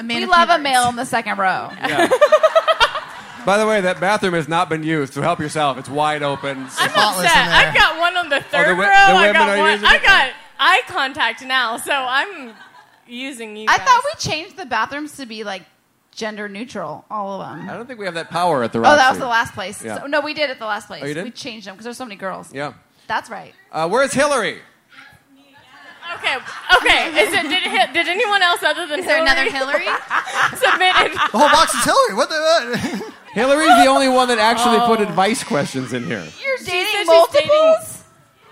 S7: go.
S2: we love a male in the second row.
S12: By the way, that bathroom has not been used, so help yourself. It's wide open.
S7: I'm upset. I've got Uh, one on the third
S12: wi-
S7: row.
S12: the
S7: I
S12: women
S7: got
S12: are
S7: one.
S12: using
S7: I
S12: it?
S7: got eye contact now, so I'm using you.
S2: I
S7: guys.
S2: thought we changed the bathrooms to be like gender neutral, all of them.
S12: I don't think we have that power at the
S2: oh,
S12: Roxy.
S2: that was the last place.
S12: Yeah.
S2: So, no, we did at the last place.
S12: Oh, you did?
S2: We changed them because there's so many girls.
S12: Yeah.
S2: That's right.
S12: Uh, where's Hillary?
S7: Okay. Okay. Is it, did, it hit, did anyone else other than
S17: Is there another
S7: submitted?
S11: The whole box is Hillary. What the?
S12: Hillary's the only one that actually
S7: Oh.
S12: put advice questions in here.
S2: You're
S7: dating
S2: multiples?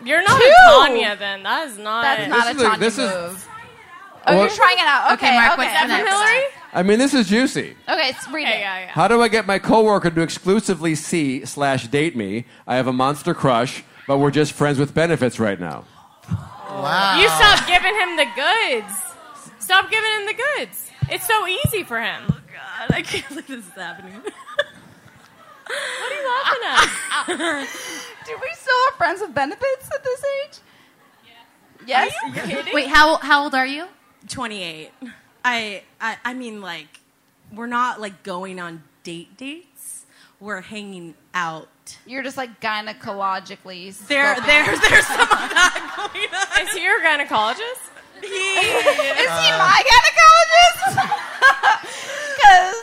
S7: You're not
S2: Two.
S7: a Tanya then. That is not.
S2: That's not
S12: This
S2: a
S12: is a-
S2: Tanya
S12: this is-
S2: move. oh,
S12: Well-
S2: you're trying it out. Okay,
S17: Okay, Mark,
S2: okay.
S17: what's the next?
S7: Hillary?
S12: I mean, this is juicy.
S2: Okay, it's read it. Yeah,
S12: How do I get my coworker to exclusively see slash date me? I have a monster crush, but we're just friends with benefits right now. Ah.
S11: Wow.
S17: Uh,
S7: You stop giving him the goods. Stop giving him the
S17: Oh,
S7: goods. It's so easy for him.
S17: God, I can't believe this is happening.
S2: What are you laughing at? Do we still have friends with benefits at this age? Yes.
S17: Are you kidding?
S2: Wait, how how old are
S17: you? 28. I, I I mean like we're not like going on date dates. We're hanging out.
S2: You're just like gynecologically.
S17: There
S2: spoken.
S17: there there's some
S7: Is he your gynecologist?
S17: He
S2: Is he
S7: Uh,
S2: my gynecologist? Because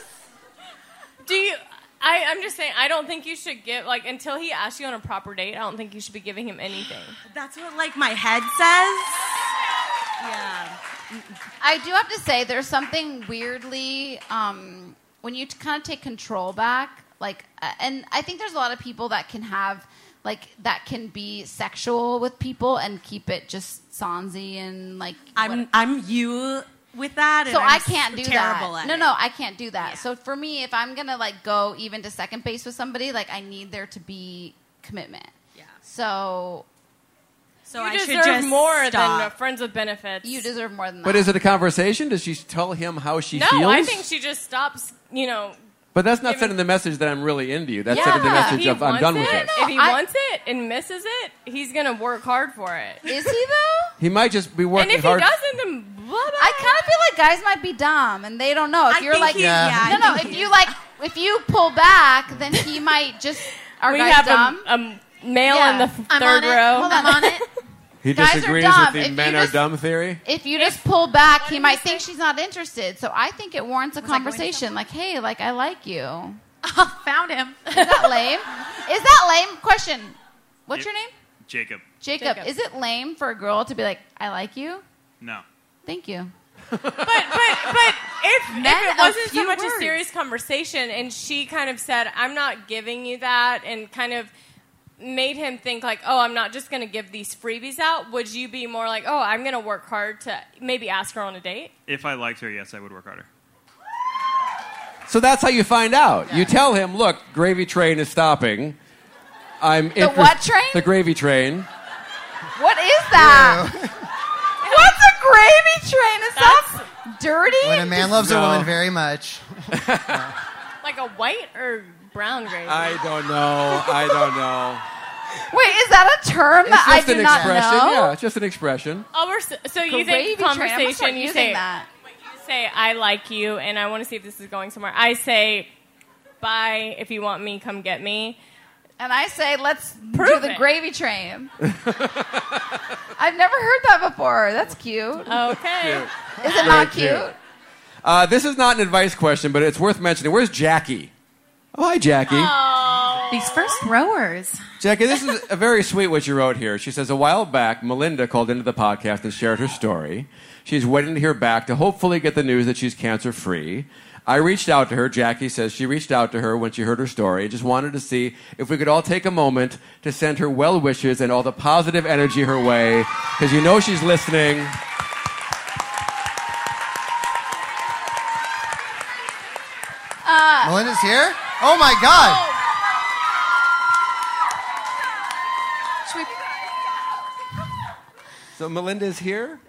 S7: do you? I, I'm just saying. I don't think you should give like until he asks you on a proper date. I don't think you should be giving him anything.
S17: That's what like my head says.
S2: I do have to say, there's something weirdly um, when you kind of take control back, like, uh, and I think there's a lot of people that can have like that can be sexual with people and keep it just sansy and like
S17: I'm
S2: what-
S17: I'm you with that. And
S2: so
S17: I'm
S2: I can't do
S17: s- terrible
S2: that.
S17: At
S2: no,
S17: it.
S2: no, I can't do that. So for me, if I'm gonna like go even to second base with somebody, like I need there to be commitment. Yeah. So.
S17: So
S7: you deserve more than the friends with benefits.
S2: You deserve more than
S12: But is it a conversation? Does she tell him how she
S7: no,
S12: feels?
S7: I think she just stops. You know,
S12: but that's not sending the message that I'm really into you. That's sending the
S7: Yeah. If
S12: message
S7: he
S12: of I'm
S7: wants
S12: done with
S7: it,
S12: this.
S7: If he wants it and misses it, he's gonna work hard for it.
S2: Is he though?
S12: He might just be working
S7: and if
S12: hard.
S7: he doesn't, then blah blah.
S2: I kind of feel like guys might be dumb and they don't know. If
S7: I
S2: you're
S7: think
S2: like,
S7: he- Yeah. yeah, I
S2: no, no.
S7: think
S2: If you like, if you pull back, then he might just. Are
S7: we
S2: guys
S7: have
S2: dumb?
S7: A, a male in the f-
S2: I'm on
S7: third
S2: it.
S7: row.
S2: Hold on. I'm on it.
S12: He
S2: Guys are
S12: disagrees
S2: dumb.
S12: with
S2: If
S12: the
S2: you
S12: men
S2: just-
S12: are dumb theory.
S2: If you just pull back, he might think she's not interested. So I think it warrants a conversation. Like, hey, like I like you. Found him. Is that lame? Is that lame? Question. What's your name?
S18: Jacob.
S2: Jacob. Is it lame for a girl to be like, I like you?
S18: No.
S2: Thank you.
S7: If, if
S2: Men
S7: it
S2: of
S7: wasn't
S2: few
S7: so much
S2: words.
S7: a serious conversation, and she kind of said, "I'm not giving you that," and kind of made him think like, "Oh, I'm not just going to give these freebies out," would you be more like, "Oh, I'm going to work hard to maybe ask her on a date"?
S18: If I liked her, yes, I would work harder.
S12: So that's how you find out. You tell him, look, gravy train is stopping. I'm
S2: The what train?
S12: The gravy train.
S2: What is that? What's a gravy train? Is that dirty?
S11: When a man loves a
S12: No.
S11: woman very much.
S7: Like a white or brown gray?
S12: I don't know. I don't know.
S2: Wait, is that a term
S12: It's
S2: that
S12: just
S2: I do
S12: an
S2: not
S12: expression.
S2: know?
S12: Yeah, it's just an expression.
S7: Oh, we're so, so
S2: Gravy
S7: you think
S2: train. I'm gonna
S7: conversation?
S2: start
S7: you
S2: using
S7: say
S2: that.
S7: You say I like you, and I want to see if this is going somewhere. I say, "Bye. If you want me, come get me."
S2: And I say, let's do
S7: Prove
S2: the
S7: it.
S2: gravy train. I've never heard that before. That's cute.
S7: Okay.
S2: Is it not
S12: Very
S2: cute?
S12: cute. Uh, this is not an advice question, but it's worth mentioning. Where's Jackie? Oh, hi, Jackie.
S17: These first rowers.
S12: Jackie, this is a very sweet what you wrote here. She says, A while back, Melinda called into the podcast and shared her story. She's waiting to hear back to hopefully get the news that she's cancer free. I reached out to her. Jackie says she reached out to her when she heard her story. Just wanted to see if we could all take a moment to send her well wishes and all the positive energy her way, because you know she's listening.
S2: Uh,
S11: Melinda's here? Oh my god.
S2: should we-
S12: So Melinda's here?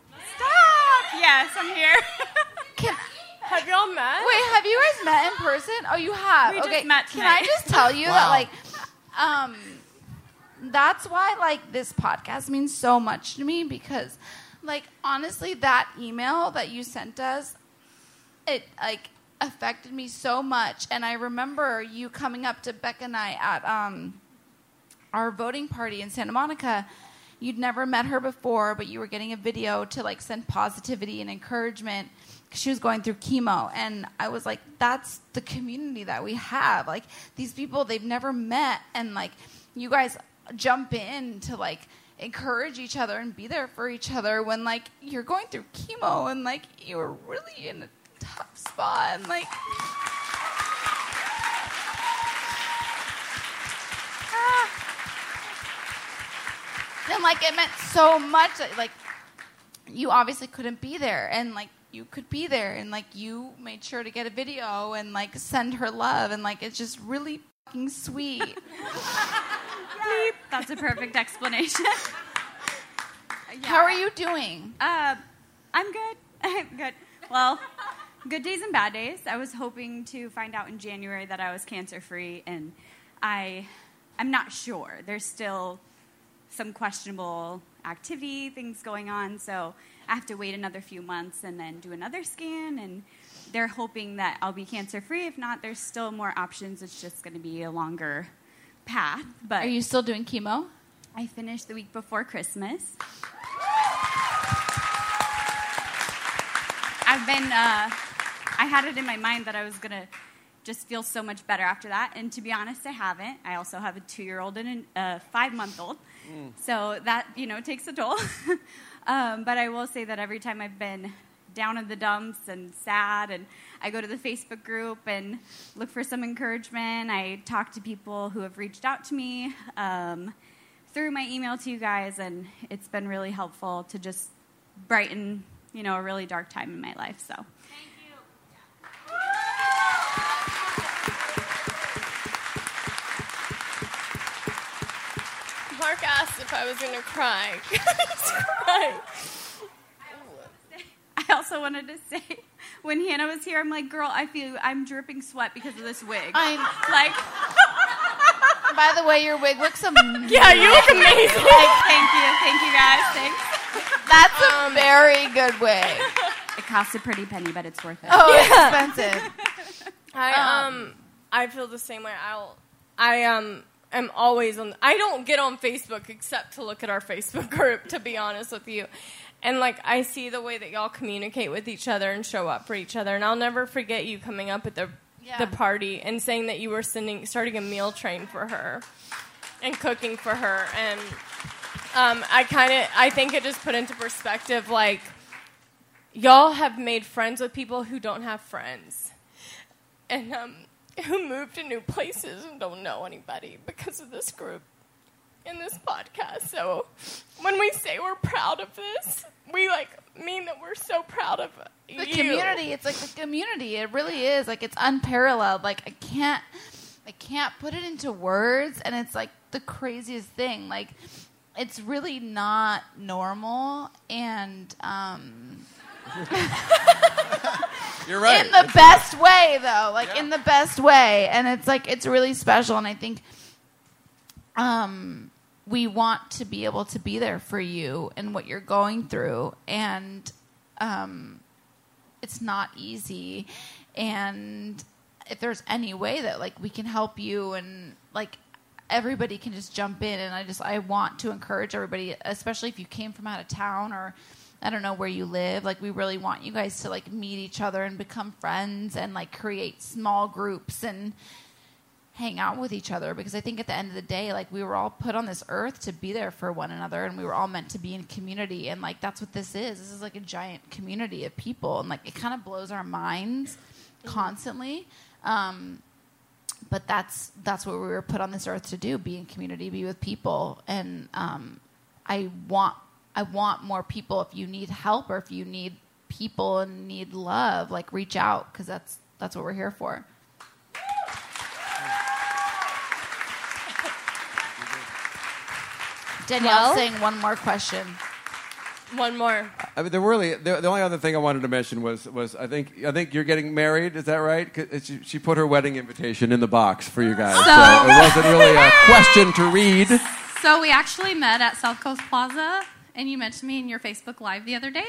S7: Yes, I'm here. have y'all met?
S2: Wait, have you guys met in person? Oh, you have.
S7: We just
S2: okay.
S7: met
S2: Can I
S7: tonight.
S2: just tell you that
S7: Wow.
S2: like um that's why like this podcast means so much to me because like honestly that email that you sent us it like affected me so much and I remember you coming up to Beck and I at um our voting party in Santa Monica. You'd never met her before, but you were getting a video to like send positivity and encouragement 'cause she was going through chemo. And I was like, that's the community that we have. Like these people they've never met and like you guys jump in to like encourage each other and be there for each other when like you're going through chemo and like you're really in a tough spot and like ah. And like it meant so much that like you obviously couldn't be there and like you could be there and like you made sure to get a video and like send her love and like it's just really fucking sweet.
S19: That's a perfect explanation.
S2: How are you doing?
S19: Uh, I'm good. I'm good. Well, good days and bad days. I was hoping to find out in January that I was cancer free, and I, I'm not sure. There's still some questionable activity, things going on. So I have to wait another few months and then do another scan. And they're hoping that I'll be cancer free. If not, there's still more options. It's just going to be a longer path. But
S2: Are you still doing chemo?
S19: I finished the week before Christmas. I've been, uh, I had it in my mind that I was going to just feel so much better after that. And to be honest, I haven't. I also have a two year old and a uh, five month old. So that, you know, takes a toll. um, but I will say that every time I've been down in the dumps and sad, and I go to the Facebook group and look for some encouragement, I talk to people who have reached out to me um, through my email to you guys, and it's been really helpful to just brighten, you know, a really dark time in my life. So.
S7: Mark asked if I was going to cry. He's crying.
S19: I also wanted to say when Hannah was here, I'm like, girl, I feel I'm dripping sweat because of this wig. I'm like,
S2: By the way, your wig looks amazing.
S19: Yeah, you look amazing. Like, thank you, thank you guys. Thanks.
S2: That's a
S7: Um,
S2: very good wig.
S19: it costs a pretty penny, but it's worth it.
S2: Oh, it's Yeah. expensive.
S7: I um I feel the same way. I'll I um am always on. I don't get on Facebook except to look at our Facebook group. To be honest with you, and like I see the way that y'all communicate with each other and show up for each other, and I'll never forget you coming up at the the party and saying that you were sending starting a meal train for her and cooking for her and. Um, I kind of, I think it just put into perspective, like, y'all have made friends with people who don't have friends and um, who moved to new places and don't know anybody because of this group and this podcast. So when we say we're proud of this, we like mean that we're so proud of
S2: The
S7: you.
S2: community, it's like the community. It really is. Like it's unparalleled. Like I can't I can't put it into words and it's like the craziest thing. Like it's really not normal and um
S12: You're right.
S2: in the best way though like in the best way and it's like it's really special and i think um we want to be able to be there for you and what you're going through and um it's not easy and if there's any way that like we can help you and like everybody can just jump in and i just i want to encourage everybody especially if you came from out of town or i don't know where you live like we really want you guys to like meet each other and become friends and like create small groups and hang out with each other because I think at the end of the day, like we were all put on this earth to be there for one another and we were all meant to be in community. And like that's what this is. This is like a giant community of people. And like it kind of blows our minds constantly. Um, but that's that's what we were put on this earth to do be in community be with people and um, i want i want more people if you need help or if you need people and need love like reach out because that's that's what we're here for danielle's
S7: Well?
S2: saying one more question
S7: one more
S12: I mean, the really the, the only other thing I wanted to mention was was I think I think you're getting married. Is that right? 'Cause it- She, she put her wedding invitation in the box for you guys, so,
S19: So-
S12: it wasn't really a question to read.
S20: So we actually met at South Coast Plaza, and you mentioned me in your Facebook Live the other day.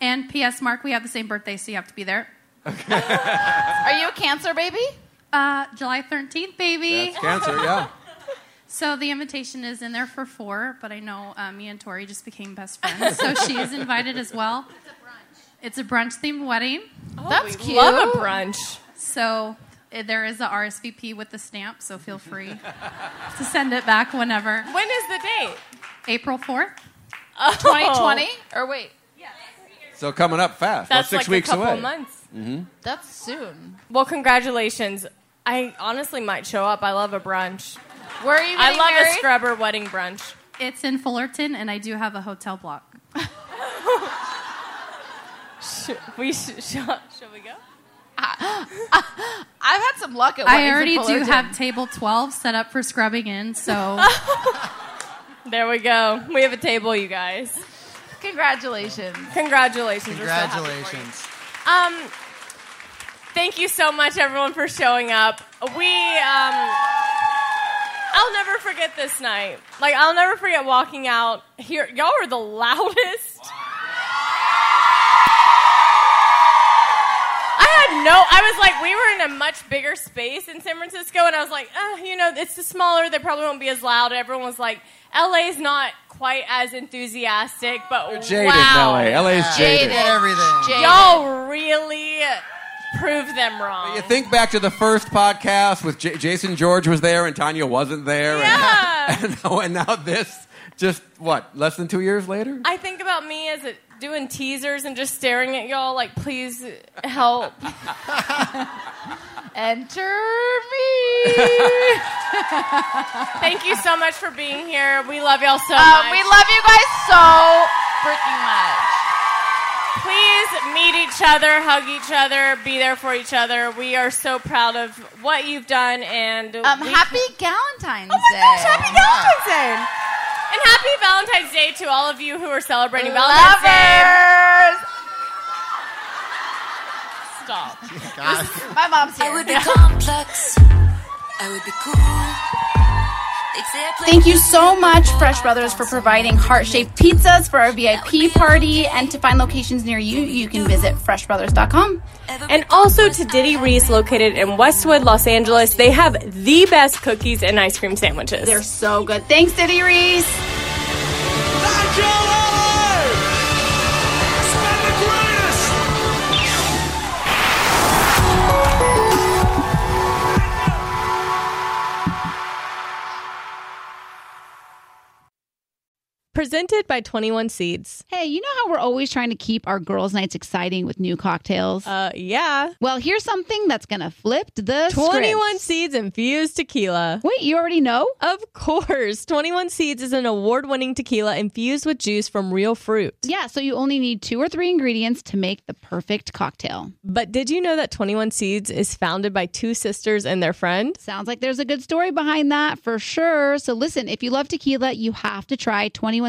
S20: And P.S. Mark, we have the same birthday, so you have to be there.
S2: Are you a cancer baby?
S20: Uh, July 13th, baby.
S12: That's cancer, yeah.
S20: So the invitation is in there for four, but I know uh, me and Tori just became best friends, so she is invited as well. It's a brunch. It's a brunch themed wedding.
S7: That's Oh, we cute. love a brunch.
S20: So eh, there is a RSVP with the stamp, so feel free to send it back whenever.
S7: When is the date?
S20: April 4th.
S6: Oh.
S2: 2020 or wait
S12: So coming up fast,
S7: That's
S12: about six
S7: like
S12: weeks
S7: a couple
S12: away.
S7: months.
S12: Mm-hmm.
S2: that's soon
S7: Well, congratulations. I honestly might show up. I love a brunch.
S2: Where are you
S7: I
S20: getting
S7: love a
S20: married?
S7: scrubber wedding brunch.
S20: It's in Fullerton, and I do have a hotel block.
S7: Should we, sh- shall, shall we go?
S2: uh, I've had some luck at
S20: I
S2: weddings in
S20: already do
S2: Fullerton.
S20: have table 12 set up for scrubbing in, so
S7: There we go. We have a table, you guys.
S2: Congratulations.
S7: Congratulations. We're so happy for you.
S11: Congratulations.
S7: Um, thank you so much, everyone, for showing up. We um, I'll never forget this night. Like I'll never forget walking out here. Y'all were the loudest. I had no. I was like, we were in a much bigger space in San Francisco, and I was like, uh, you know, it's the smaller. They probably won't be as loud. Everyone was like, LA's not quite as enthusiastic, but
S12: Jaded,
S7: wow,
S12: LA. LA is jaded. Jaded everything.
S21: Jaded.
S7: Y'all really proved them wrong.
S12: You think back to the first podcast with J- Jason George was there and Tanya wasn't there. And, and, now- and now this, just what, less than two years later?
S7: I think about me as a, doing teasers and just staring at y'all like, please help. Enter me. Thank you so much for being here. We love y'all so
S11: Um,
S7: much.
S11: we love you guys so
S7: freaking much. Please meet each other, hug each other, be there for each other. We are so proud of what you've done and
S11: Um,
S7: we-
S11: happy Galentine's
S7: Oh my gosh,
S11: Day.
S7: happy Valentine's Day! And happy Valentine's Day to all of you who are celebrating Valentine's Day. Stop.
S11: My mom's here.
S22: I would be complex. I would be cool.
S11: Thank you so much, Fresh Brothers, for providing heart shaped pizzas for our VIP party. And to find locations near you, you can visit freshbrothers.com.
S7: And also to Diddy Reese, located in Westwood, Los Angeles. They have the best cookies and ice cream sandwiches.
S11: They're so good. Thanks, Diddy Reese.
S6: Presented by 21 Seeds.
S2: Hey, you know how we're always trying to keep our girls' nights exciting with new cocktails?
S6: Uh, yeah.
S2: Well, here's something that's going to flip the
S6: 21
S2: script.
S6: Seeds infused tequila.
S2: Wait, you already know?
S6: Of course. 21 Seeds is an award winning tequila infused with juice from real fruit.
S2: Yeah, so you only need two or three ingredients to make the perfect cocktail.
S6: But did you know that 21 Seeds is founded by two sisters and their friend?
S2: Sounds like there's a good story behind that for sure. So listen, if you love tequila, you have to try 21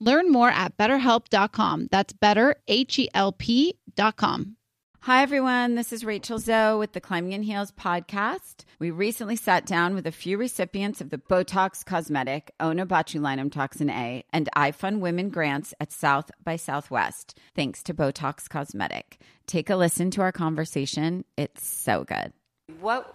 S2: Learn more at betterhelp.com. That's better, H E L P.com.
S23: Hi, everyone. This is Rachel Zoe with the Climbing in Heels podcast. We recently sat down with a few recipients of the Botox Cosmetic, Onabotulinum Toxin A, and iFund Women grants at South by Southwest, thanks to Botox Cosmetic. Take a listen to our conversation. It's so good.
S24: What